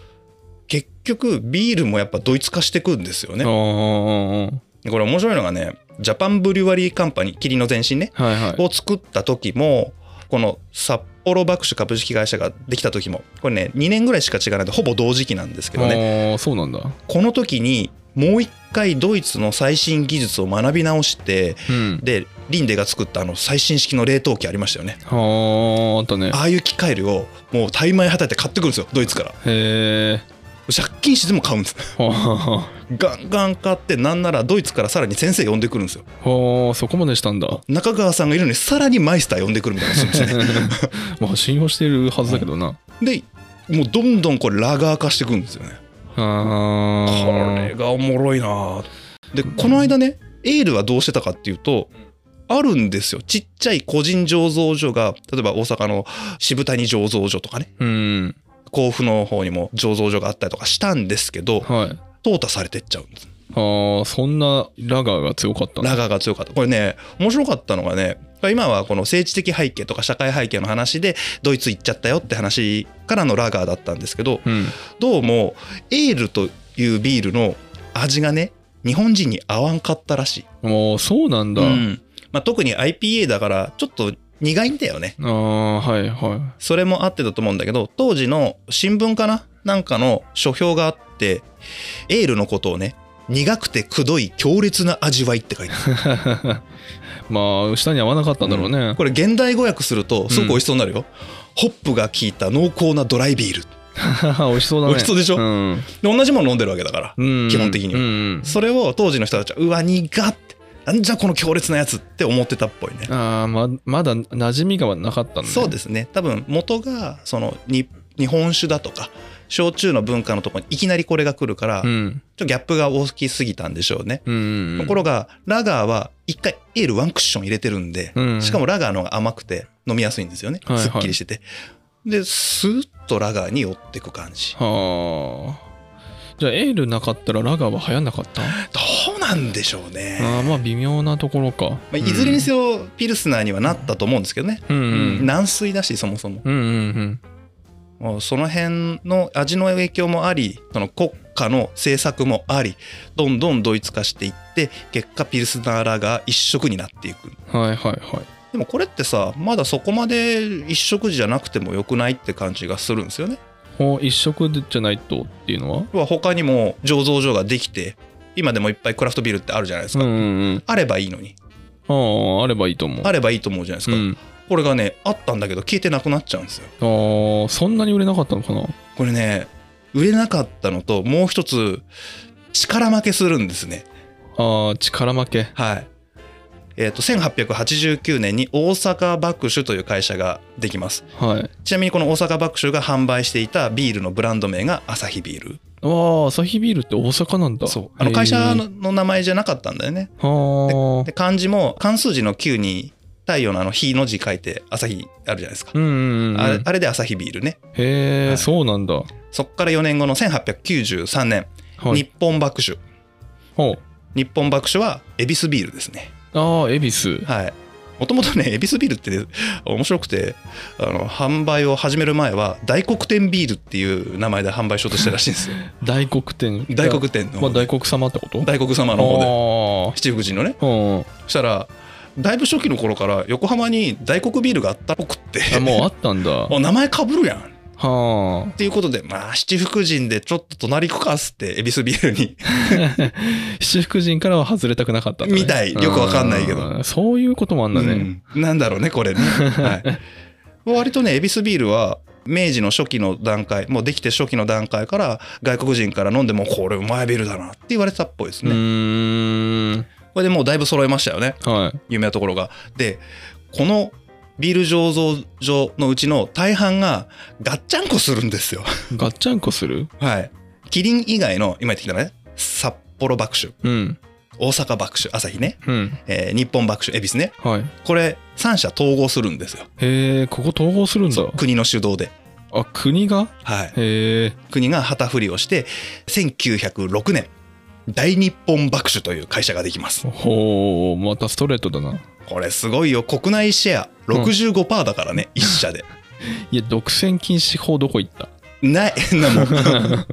[SPEAKER 2] 結局ビールもやっぱドイツ化してくんですよね
[SPEAKER 1] あー
[SPEAKER 2] でこれ面白いのがねジャパンブリュワリーカンパニー霧の前身ね
[SPEAKER 1] はいはい。
[SPEAKER 2] を作った時もこの札幌爆酒株式会社ができた時もこれね2年ぐらいしか違わないでほぼ同時期なんですけどね
[SPEAKER 1] あーそうなんだ。う
[SPEAKER 2] この時にもう一回ドイツの最新技術を学び直して
[SPEAKER 1] ん。
[SPEAKER 2] でリンデが作ったあの最新式の冷凍機ありましたよね
[SPEAKER 1] あーあったね。
[SPEAKER 2] ああいう機械類をもう大枚はたいて買ってくるんですよドイツから
[SPEAKER 1] へえ。
[SPEAKER 2] 借金してでも買うんです
[SPEAKER 1] ははは
[SPEAKER 2] ガンガン買ってなんならドイツからさらに先生呼んでくるんですよ
[SPEAKER 1] はあ、そこまでしたんだ。
[SPEAKER 2] 中川さんがいるのにさらにマイスター呼んでくるみたいなことするんですね
[SPEAKER 1] まあ信用してるはずだけどな。
[SPEAKER 2] でもうどんどんこれラガー化していくんですよね
[SPEAKER 1] あ
[SPEAKER 2] こ
[SPEAKER 1] あ。
[SPEAKER 2] れがおもろいなぁでこの間ねエールはどうしてたかっていうとあるんですよちっちゃい個人醸造所が例えば大阪の渋谷醸造所とかね
[SPEAKER 1] うん。
[SPEAKER 2] 甲府の方にも醸造所があったりとかしたんですけど
[SPEAKER 1] はい。
[SPEAKER 2] 淘汰されてっちゃうんです
[SPEAKER 1] ああ、そんなラガーが強かったんだ
[SPEAKER 2] ラガーが強かったこれね面白かったのがね今はこの政治的背景とか社会背景の話でドイツ行っちゃったよって話からのラガーだったんですけど
[SPEAKER 1] うん。
[SPEAKER 2] どうもエールというビールの味がね日本人に合わんかったらしい、
[SPEAKER 1] ああ、そうなんだ。
[SPEAKER 2] うんまあ、特に IPA だからちょっと苦いんだよね
[SPEAKER 1] ああ、はいはい。
[SPEAKER 2] それもあってだと思うんだけど当時の新聞かななんかの書評があってエールのことをね苦くてくどい強烈な味わいって書いてある
[SPEAKER 1] まあ、下に合わなかったんだろうね。
[SPEAKER 2] これ現代語訳するとすごく美味しそうになるよ、ホップが効いた濃厚なドライビール
[SPEAKER 1] 美味しそうだね。
[SPEAKER 2] 美味しそうでしょ
[SPEAKER 1] うん。
[SPEAKER 2] で同じもの飲んでるわけだから
[SPEAKER 1] うん
[SPEAKER 2] 基本的には
[SPEAKER 1] うんうん
[SPEAKER 2] それを当時の人たちはうわ苦ってなんじゃこの強烈なやつって思ってたっぽいね
[SPEAKER 1] ああ、ま、まだ馴染みがなかったんだ、ね。
[SPEAKER 2] そうですね多分元がそのに日本酒だとか焼酎の文化のところにいきなりこれが来るから、
[SPEAKER 1] う
[SPEAKER 2] ちょっ
[SPEAKER 1] ん。
[SPEAKER 2] とギャップが大きすぎたんでしょうね、
[SPEAKER 1] うんうんうん。
[SPEAKER 2] ところがラガーは一回エールワンクッション入れてるんで、
[SPEAKER 1] うん
[SPEAKER 2] しかもラガーの方が甘くて飲みやすいんですよね、
[SPEAKER 1] はいはい
[SPEAKER 2] すっきりしててでスーッとラガーに寄ってく感じ
[SPEAKER 1] はあ。じゃあ、エールなかったらラガーは流行んなかった
[SPEAKER 2] どうなんでしょうね、ま
[SPEAKER 1] ああ、まあ、微妙なところか。
[SPEAKER 2] あ、いずれにせよピルスナーにはなったと思うんですけどね、
[SPEAKER 1] うんうん。
[SPEAKER 2] 軟水だしそもそも
[SPEAKER 1] うんうん
[SPEAKER 2] もうその辺の味の影響もありその国家の政策もありどんどんドイツ化していって結果ピルスナーラが一色になっていく
[SPEAKER 1] うん。はいはいはい。
[SPEAKER 2] でもこれってさまだそこまで一色じゃなくてもよくないって感じがするんですよね。
[SPEAKER 1] ほう一色じゃないとっていうのは
[SPEAKER 2] 要は他にも醸造所ができて今でもいっぱいクラフトビールってあるじゃないです
[SPEAKER 1] うん
[SPEAKER 2] か、
[SPEAKER 1] うんうん。
[SPEAKER 2] あればいいのに
[SPEAKER 1] ああ、あればいいと思う。
[SPEAKER 2] あればいいと思うじゃないです
[SPEAKER 1] う
[SPEAKER 2] か、
[SPEAKER 1] ん。
[SPEAKER 2] これがねあったんだけど消えてなくなっちゃうんですよ
[SPEAKER 1] ああ、そんなに売れなかったのかな
[SPEAKER 2] これね売れなかったのともう一つ力負けするんですね
[SPEAKER 1] ああ、力負け。
[SPEAKER 2] はい。えー、と1889年に大阪爆酒という会社ができます
[SPEAKER 1] はい。
[SPEAKER 2] ちなみにこの大阪爆酒が販売していたビールのブランド名がアサヒビール
[SPEAKER 1] わあ、アサヒビールって大阪なんだ。
[SPEAKER 2] そうあの会社のの名前じゃなかったんだよね
[SPEAKER 1] の。あ
[SPEAKER 2] で漢字も漢数字の9に太陽のあの「日」の字書いて「朝日」あるじゃないですか、
[SPEAKER 1] あ。うんうんうん。
[SPEAKER 2] あれあれでアサヒビールね
[SPEAKER 1] へ
[SPEAKER 2] は
[SPEAKER 1] え、
[SPEAKER 2] い
[SPEAKER 1] そうなんだ。
[SPEAKER 2] そっから4年後の1893年、
[SPEAKER 1] はい。
[SPEAKER 2] 日本爆酒
[SPEAKER 1] ほう
[SPEAKER 2] 日本爆酒は恵比寿ビールですね
[SPEAKER 1] ああ、恵比寿。
[SPEAKER 2] はい。もともとね、恵比寿ビールってね、面白くて、あの、販売を始める前は、大黒天ビールっていう名前で販売しようとしたらしい んですよ。
[SPEAKER 1] 大黒天。
[SPEAKER 2] 大黒天の
[SPEAKER 1] ま
[SPEAKER 2] 方
[SPEAKER 1] あ、
[SPEAKER 2] で、
[SPEAKER 1] 大黒様ってこと
[SPEAKER 2] 大黒様の方で、
[SPEAKER 1] あ
[SPEAKER 2] 七福神のね。
[SPEAKER 1] あ。うんうん。
[SPEAKER 2] そしたら、だいぶ初期の頃から横浜に大黒ビールがあったっぽくって、
[SPEAKER 1] あ、もうあった んだ。は
[SPEAKER 2] もう名前かぶるやん。っ
[SPEAKER 1] あ。
[SPEAKER 2] ていうことで、まあ、七福神でちょっと隣行くかっつって、恵比寿ビールに。
[SPEAKER 1] 七福神からは外れたくなかったんだね
[SPEAKER 2] みたいよくわかんないけど
[SPEAKER 1] うんそういうこともあんだね、
[SPEAKER 2] うんなんだろうね これね、はい、割とね恵比寿ビールは明治の初期の段階もうできて初期の段階から外国人から飲んでもこれうまいビールだなって言われてたっぽいです
[SPEAKER 1] う
[SPEAKER 2] ね、
[SPEAKER 1] ーん
[SPEAKER 2] これでもうだいぶ揃えましたよね
[SPEAKER 1] はい
[SPEAKER 2] 有名なところがでこのビール醸造所のうちの大半がガッチャンコするんですよ。
[SPEAKER 1] ガッチャンコする
[SPEAKER 2] はい。キリン以外の、今言ってきたのね、札幌爆酒、
[SPEAKER 1] うん。
[SPEAKER 2] 大阪爆酒、朝日ね、
[SPEAKER 1] うん。
[SPEAKER 2] えー日本爆酒、恵比寿ね。
[SPEAKER 1] はい。
[SPEAKER 2] これ、3社統合するんですよ。
[SPEAKER 1] へえ、ここ統合するんだ。
[SPEAKER 2] 国の主導で。
[SPEAKER 1] あ、国が
[SPEAKER 2] はい。
[SPEAKER 1] へえ。
[SPEAKER 2] 国が旗振りをして、1906年、大日本爆酒という会社ができます。
[SPEAKER 1] ほう、またストレートだな。
[SPEAKER 2] これすごいよ。国内シェア65%だからね、一社で。
[SPEAKER 1] いや、独占禁止法どこ行った
[SPEAKER 2] ない、な もん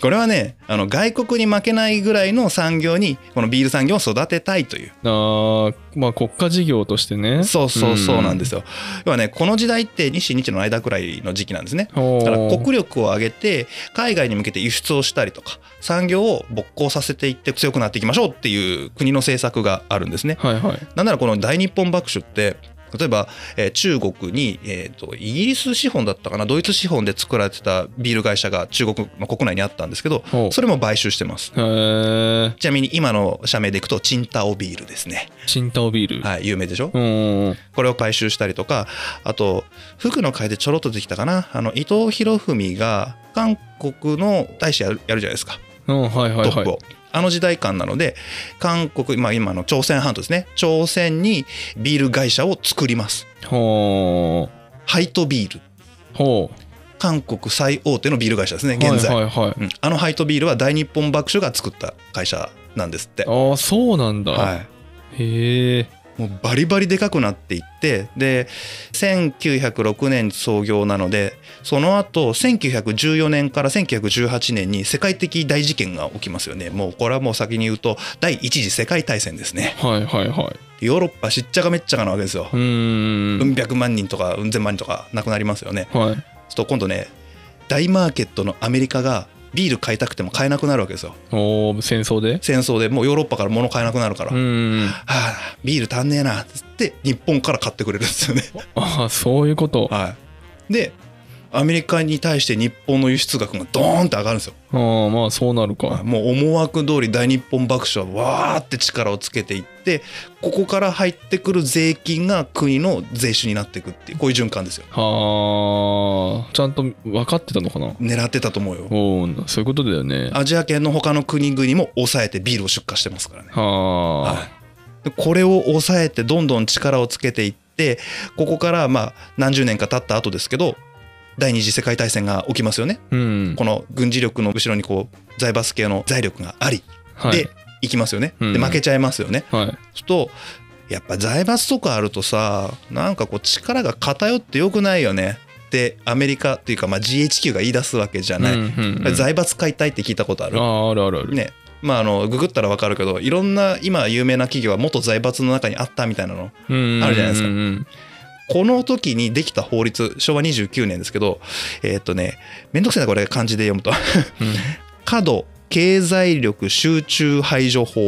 [SPEAKER 2] これはね、あの外国に負けないぐらいの産業に、このビール産業を育てたいという。
[SPEAKER 1] あーまあ国家事業としてね
[SPEAKER 2] そうそうそうなんです
[SPEAKER 1] よ、
[SPEAKER 2] よ。要はね、この時代って日清日の間くらいの時期なんですね。
[SPEAKER 1] ほう
[SPEAKER 2] だから国力を上げて海外に向けて輸出をしたりとか産業を勃興させていって強くなっていきましょうっていう国の政策があるんですね。
[SPEAKER 1] はいはい
[SPEAKER 2] なんならこの大日本爆酒って例えば、えー中国に、えーとイギリス資本だったかなドイツ資本で作られてたビール会社が中国、まあ、国内にあったんですけど
[SPEAKER 1] ほう
[SPEAKER 2] それも買収してます
[SPEAKER 1] へー
[SPEAKER 2] ちなみに今の社名でいくとチンタオビールですね、
[SPEAKER 1] チンタオビール、
[SPEAKER 2] はい、有名でしょ
[SPEAKER 1] うん
[SPEAKER 2] これを回収したりとかあと服の会でちょろっとできたかなあの伊藤博文が韓国の大使やるやるじゃないですか
[SPEAKER 1] うんはいは
[SPEAKER 2] ト
[SPEAKER 1] い
[SPEAKER 2] ップを、
[SPEAKER 1] は
[SPEAKER 2] あの時代間なので韓国、まあ、今の朝鮮半島ですね朝鮮にビール会社を作ります
[SPEAKER 1] いほう
[SPEAKER 2] ハイトビール
[SPEAKER 1] ほう
[SPEAKER 2] 韓国最大手のビール会社ですね現在、
[SPEAKER 1] はいはいはい
[SPEAKER 2] うんあのハイトビールは大日本爆笑が作った会社なんですって
[SPEAKER 1] あーそうなんだ、
[SPEAKER 2] はい
[SPEAKER 1] へえ
[SPEAKER 2] もうバリバリでかくなっていってで1906年創業なのでその後1914年から1918年に世界的大事件が起きますよねもうこれはもう先に言うと第一次世界大戦ですね
[SPEAKER 1] はいはいはい
[SPEAKER 2] ヨーロッパしっちゃかめっちゃかなわけですよ
[SPEAKER 1] うー
[SPEAKER 2] うん
[SPEAKER 1] ん
[SPEAKER 2] 百万人とかうん千万人とか亡くなりますよね
[SPEAKER 1] はい
[SPEAKER 2] ちょっと今度ね大マーケットのアメリカがビール買いたくても買えなくなるわけですよ
[SPEAKER 1] おー戦争で
[SPEAKER 2] 戦争でもうヨーロッパから物買えなくなるから、
[SPEAKER 1] う
[SPEAKER 2] は
[SPEAKER 1] ん
[SPEAKER 2] あビール足んねえなっつって日本から買ってくれるんですよね
[SPEAKER 1] ああそういうこと
[SPEAKER 2] はい、でアメリカに対して日本の輸出額がドーンって上がるんですよ、
[SPEAKER 1] あーまあそうなるか
[SPEAKER 2] もう思惑通り大日本爆笑はわーって力をつけていってここから入ってくる税金が国の税収になっていくっていうこういう循環ですよ
[SPEAKER 1] はあちゃんと分かってたのかな
[SPEAKER 2] 狙ってたと思うよ
[SPEAKER 1] おーそういうことだよね
[SPEAKER 2] アジア圏の他の国々も抑えてビールを出荷してますからね、
[SPEAKER 1] はあ、
[SPEAKER 2] はい、でこれを抑えてどんどん力をつけていってここからまあ何十年か経った後ですけど第二次世界大戦が起きますよね
[SPEAKER 1] うん
[SPEAKER 2] この軍事力の後ろにこう財閥系の財力があり
[SPEAKER 1] はい
[SPEAKER 2] でいきますよね、
[SPEAKER 1] うん
[SPEAKER 2] で負けちゃいますよね、
[SPEAKER 1] はい
[SPEAKER 2] そうするとやっぱ財閥とかあるとさなんかこう力が偏ってよくないよねってアメリカっていうかまあ GHQ が言い出すわけじゃない、
[SPEAKER 1] うんうんうん
[SPEAKER 2] 財閥解体って聞いたことある
[SPEAKER 1] あああるあるある、
[SPEAKER 2] ねまああのググったらわかるけどいろんな今有名な企業は元財閥の中にあったみたいなの
[SPEAKER 1] うんうんうんうん、
[SPEAKER 2] あるじゃないですか
[SPEAKER 1] うん
[SPEAKER 2] この時にできた法律昭和29年ですけどえーっとねめんどくさいなこれ漢字で読むと 過度経済力集中排除法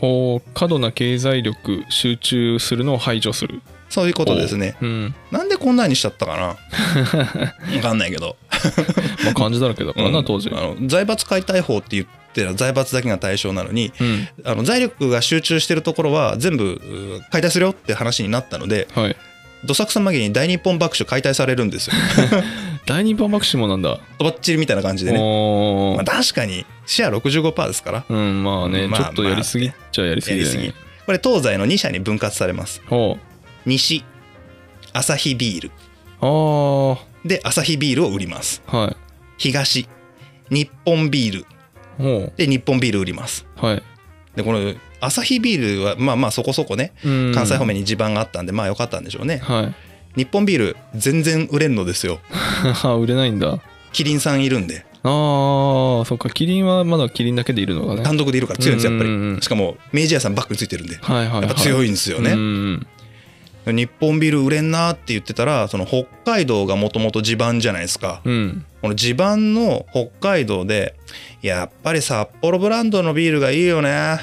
[SPEAKER 1] ほう過度な経済力集中するのを排除する
[SPEAKER 2] そういうことですね
[SPEAKER 1] うん
[SPEAKER 2] なんでこんなにしちゃったかな わかんないけど
[SPEAKER 1] まあ感じだらけだからな、
[SPEAKER 2] うん
[SPEAKER 1] 当時
[SPEAKER 2] あの財閥解体法って言ってのは財閥だけが対象なのに
[SPEAKER 1] うん
[SPEAKER 2] あの財力が集中してるところは全部う解体するよって話になったので
[SPEAKER 1] はい
[SPEAKER 2] どさくさまげに大日本爆笑解体されるん ですよ
[SPEAKER 1] 第二番爆死もなんだ、
[SPEAKER 2] とばっちりみたいな感じでね、
[SPEAKER 1] おー
[SPEAKER 2] まあ、確かにシェア65%ですから
[SPEAKER 1] うんまあね、
[SPEAKER 2] まあ
[SPEAKER 1] ちょっとやりすぎっちゃやりす
[SPEAKER 2] や
[SPEAKER 1] ぎ
[SPEAKER 2] り
[SPEAKER 1] だ
[SPEAKER 2] す
[SPEAKER 1] よね、
[SPEAKER 2] ぎこれ東西の2社に分割されます
[SPEAKER 1] ほ
[SPEAKER 2] 西アサヒビール
[SPEAKER 1] うあ
[SPEAKER 2] でアサヒビールを売ります
[SPEAKER 1] あはい
[SPEAKER 2] 東日本ビール
[SPEAKER 1] ほ
[SPEAKER 2] で日本ビール売ります
[SPEAKER 1] うはい、
[SPEAKER 2] でこのアサヒビールはまあまあそこそこね
[SPEAKER 1] うん、
[SPEAKER 2] 関西方面に地盤があったんでまあ良かったんでしょうね
[SPEAKER 1] はい
[SPEAKER 2] 日本ビール全然売れんのですよ
[SPEAKER 1] 売れないんだ
[SPEAKER 2] キリンさんいるんで
[SPEAKER 1] ああそっかキリンはまだキリンだけでいるのかね
[SPEAKER 2] 単独でいるから強いんですよやっぱ
[SPEAKER 1] うんうんうん
[SPEAKER 2] りしかも明治屋さんバックについてるんで
[SPEAKER 1] はいはい、はい、
[SPEAKER 2] やっぱ強
[SPEAKER 1] い
[SPEAKER 2] いんですよ
[SPEAKER 1] う
[SPEAKER 2] ね
[SPEAKER 1] ん
[SPEAKER 2] 日本ビール売れんなって言ってたらその北海道がもともと地盤じゃないですか
[SPEAKER 1] うん
[SPEAKER 2] この地盤の北海道でやっぱり札幌ブランドのビールがいいよね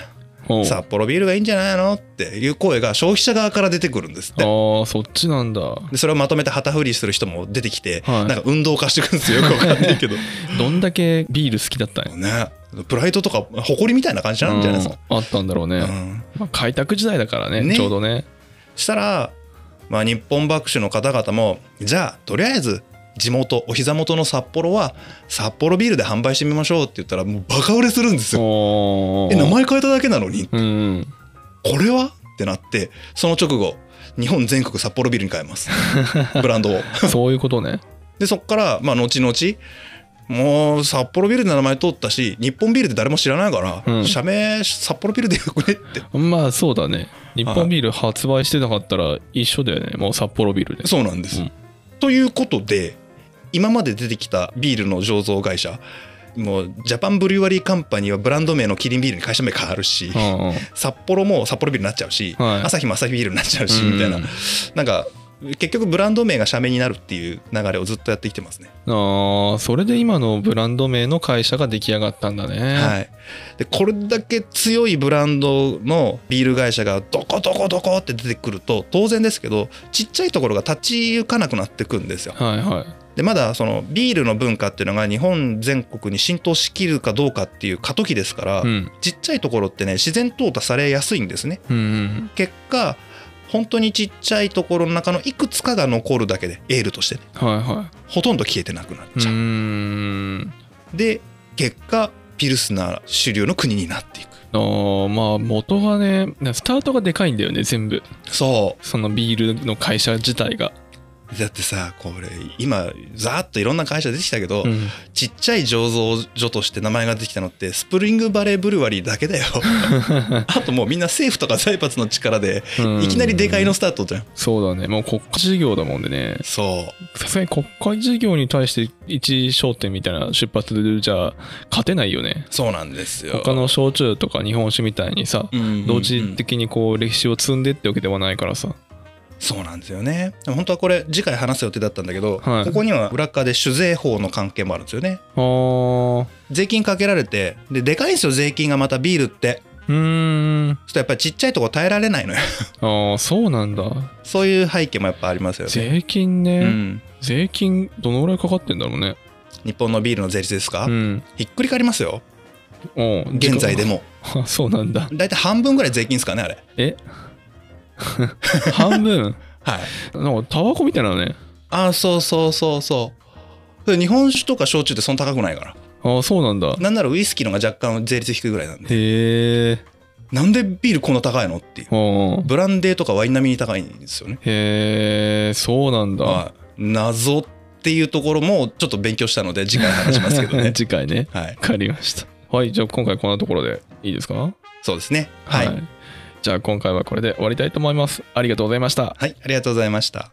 [SPEAKER 1] ほう
[SPEAKER 2] 札幌ビールがいいんじゃないのっていう声が消費者側から出てくるんですって
[SPEAKER 1] ああそっちなんだ
[SPEAKER 2] でそれをまとめて旗振りする人も出てきて、
[SPEAKER 1] はい
[SPEAKER 2] なんか運動化してくるんですよよくわかんないけど
[SPEAKER 1] どんだけビール好きだったんや
[SPEAKER 2] ねプライドとか誇りみたいな感じなんじゃないですか、
[SPEAKER 1] うんあったんだろうね、
[SPEAKER 2] うん
[SPEAKER 1] まあ、開拓時代だからね
[SPEAKER 2] ね
[SPEAKER 1] ちょうどね
[SPEAKER 2] したらまあ、日本幕酒の方々もじゃあとりあえず地元お膝元の札幌は札幌ビールで販売してみましょうって言ったらもうバカ売れするんですよ。
[SPEAKER 1] おー
[SPEAKER 2] え名前変えただけなのに
[SPEAKER 1] うん
[SPEAKER 2] これはってなってその直後日本全国札幌ビールに変えます ブランドを。
[SPEAKER 1] そういうことね
[SPEAKER 2] でそこからまあ後々もう札幌ビールで名前通ったし日本ビールって誰も知らないか
[SPEAKER 1] う
[SPEAKER 2] ら、
[SPEAKER 1] ん
[SPEAKER 2] 社名札幌ビールでよくねって
[SPEAKER 1] まあそうだね日本ビール発売してなかったら一緒だよねもう札幌ビールで
[SPEAKER 2] そうなんです。
[SPEAKER 1] うん
[SPEAKER 2] ということで今まで出てきたビールの醸造会社もうジャパンブリュワリーカンパニーはブランド名のキリンビールに会社名変わるし、
[SPEAKER 1] うんうん
[SPEAKER 2] 札幌も札幌ビールになっちゃうし、
[SPEAKER 1] はい
[SPEAKER 2] 朝日も朝日ビールになっちゃうしみたいな、
[SPEAKER 1] うん
[SPEAKER 2] なんか結局ブランド名が社名になるっていう流れをずっとやってきてますね。
[SPEAKER 1] ああそれで今のブランド名の会社が出来上がったんだね、
[SPEAKER 2] はい、でこれだけ強いブランドのビール会社がどこどこどこって出てくると当然ですけどちっちゃいところが立ち行かなくなってくんですよ。
[SPEAKER 1] はいはい
[SPEAKER 2] でまだそのビールの文化っていうのが日本全国に浸透しきるかどうかっていう過渡期ですから、
[SPEAKER 1] うん
[SPEAKER 2] ちっちゃいところってね自然淘汰されやすいんですね
[SPEAKER 1] うんうん
[SPEAKER 2] 結果本当にちっちゃいところの中のいくつかが残るだけでエールとしてね
[SPEAKER 1] はいは
[SPEAKER 2] ほとんど消えてなくなっ
[SPEAKER 1] いう
[SPEAKER 2] ちゃう、
[SPEAKER 1] ーん
[SPEAKER 2] で結果ピルスナー主流の国になっていく
[SPEAKER 1] あーまあ元がねスタートがでかいんだよね全部
[SPEAKER 2] そ
[SPEAKER 1] そのビールの会社自体が、
[SPEAKER 2] うだってさこれ今ざーっといろんな会社出てきたけど、
[SPEAKER 1] うん
[SPEAKER 2] ちっちゃい醸造所として名前が出てきたのってスプリングバレーブルワリーだ けだよあともうみんな政府とか財閥の力で
[SPEAKER 1] うん
[SPEAKER 2] いきなりでかいのスタートじゃん
[SPEAKER 1] そうだねもう国家事業だもんでね
[SPEAKER 2] そ
[SPEAKER 1] さすがに国家事業に対して一商店みたいな出発でじゃあ勝てないよね
[SPEAKER 2] うそうなんですよ
[SPEAKER 1] 他の焼酎とか日本酒みたいにさ
[SPEAKER 2] うんうんうん
[SPEAKER 1] 同時的にこう歴史を積んでってわけではないからさ
[SPEAKER 2] そうなんですよねでも本当はこれ次回話す予定だったんだけど、
[SPEAKER 1] はい
[SPEAKER 2] ここには裏側で酒税法の関係もあるんですよね
[SPEAKER 1] あーう
[SPEAKER 2] 税金かけられてででかいんですよ税金がまたビールって
[SPEAKER 1] ーんあ
[SPEAKER 2] ちょっとやっぱりちっちゃいとこ耐えられないのよ
[SPEAKER 1] ーそうなんだ
[SPEAKER 2] そういう背景もやっぱありますよね、
[SPEAKER 1] 税金ね、
[SPEAKER 2] うん、
[SPEAKER 1] 税金どのぐらいかかってんだろうね
[SPEAKER 2] 日本のビールの税率ですか、
[SPEAKER 1] うん
[SPEAKER 2] ひっくり返りますよ
[SPEAKER 1] おう
[SPEAKER 2] 現在でも
[SPEAKER 1] あ そうなんだ
[SPEAKER 2] 大体半分ぐらい税金ですかねあれ
[SPEAKER 1] え 半分
[SPEAKER 2] はい
[SPEAKER 1] なんかタバコみたいなのね
[SPEAKER 2] あそうそうそうそうで日本酒とか焼酎ってそんな高くないから
[SPEAKER 1] ああそうなんだ
[SPEAKER 2] なんならウイスキーのが若干税率低いぐらいなんで
[SPEAKER 1] へえ
[SPEAKER 2] なんでビールこんな高いのっていう
[SPEAKER 1] うん
[SPEAKER 2] ブランデーとかワイン並みに高いんですよね
[SPEAKER 1] へえそうなんだ、
[SPEAKER 2] はい謎っていうところもちょっと勉強したので次回話しますけ ど ね
[SPEAKER 1] 次回ね
[SPEAKER 2] はい
[SPEAKER 1] わかりましたはいじゃあ今回こんなところでいいですか
[SPEAKER 2] そうですねはい、はい、
[SPEAKER 1] じゃあ今回はこれで終わりたいと思いますありがとうございました
[SPEAKER 2] ありがとうございました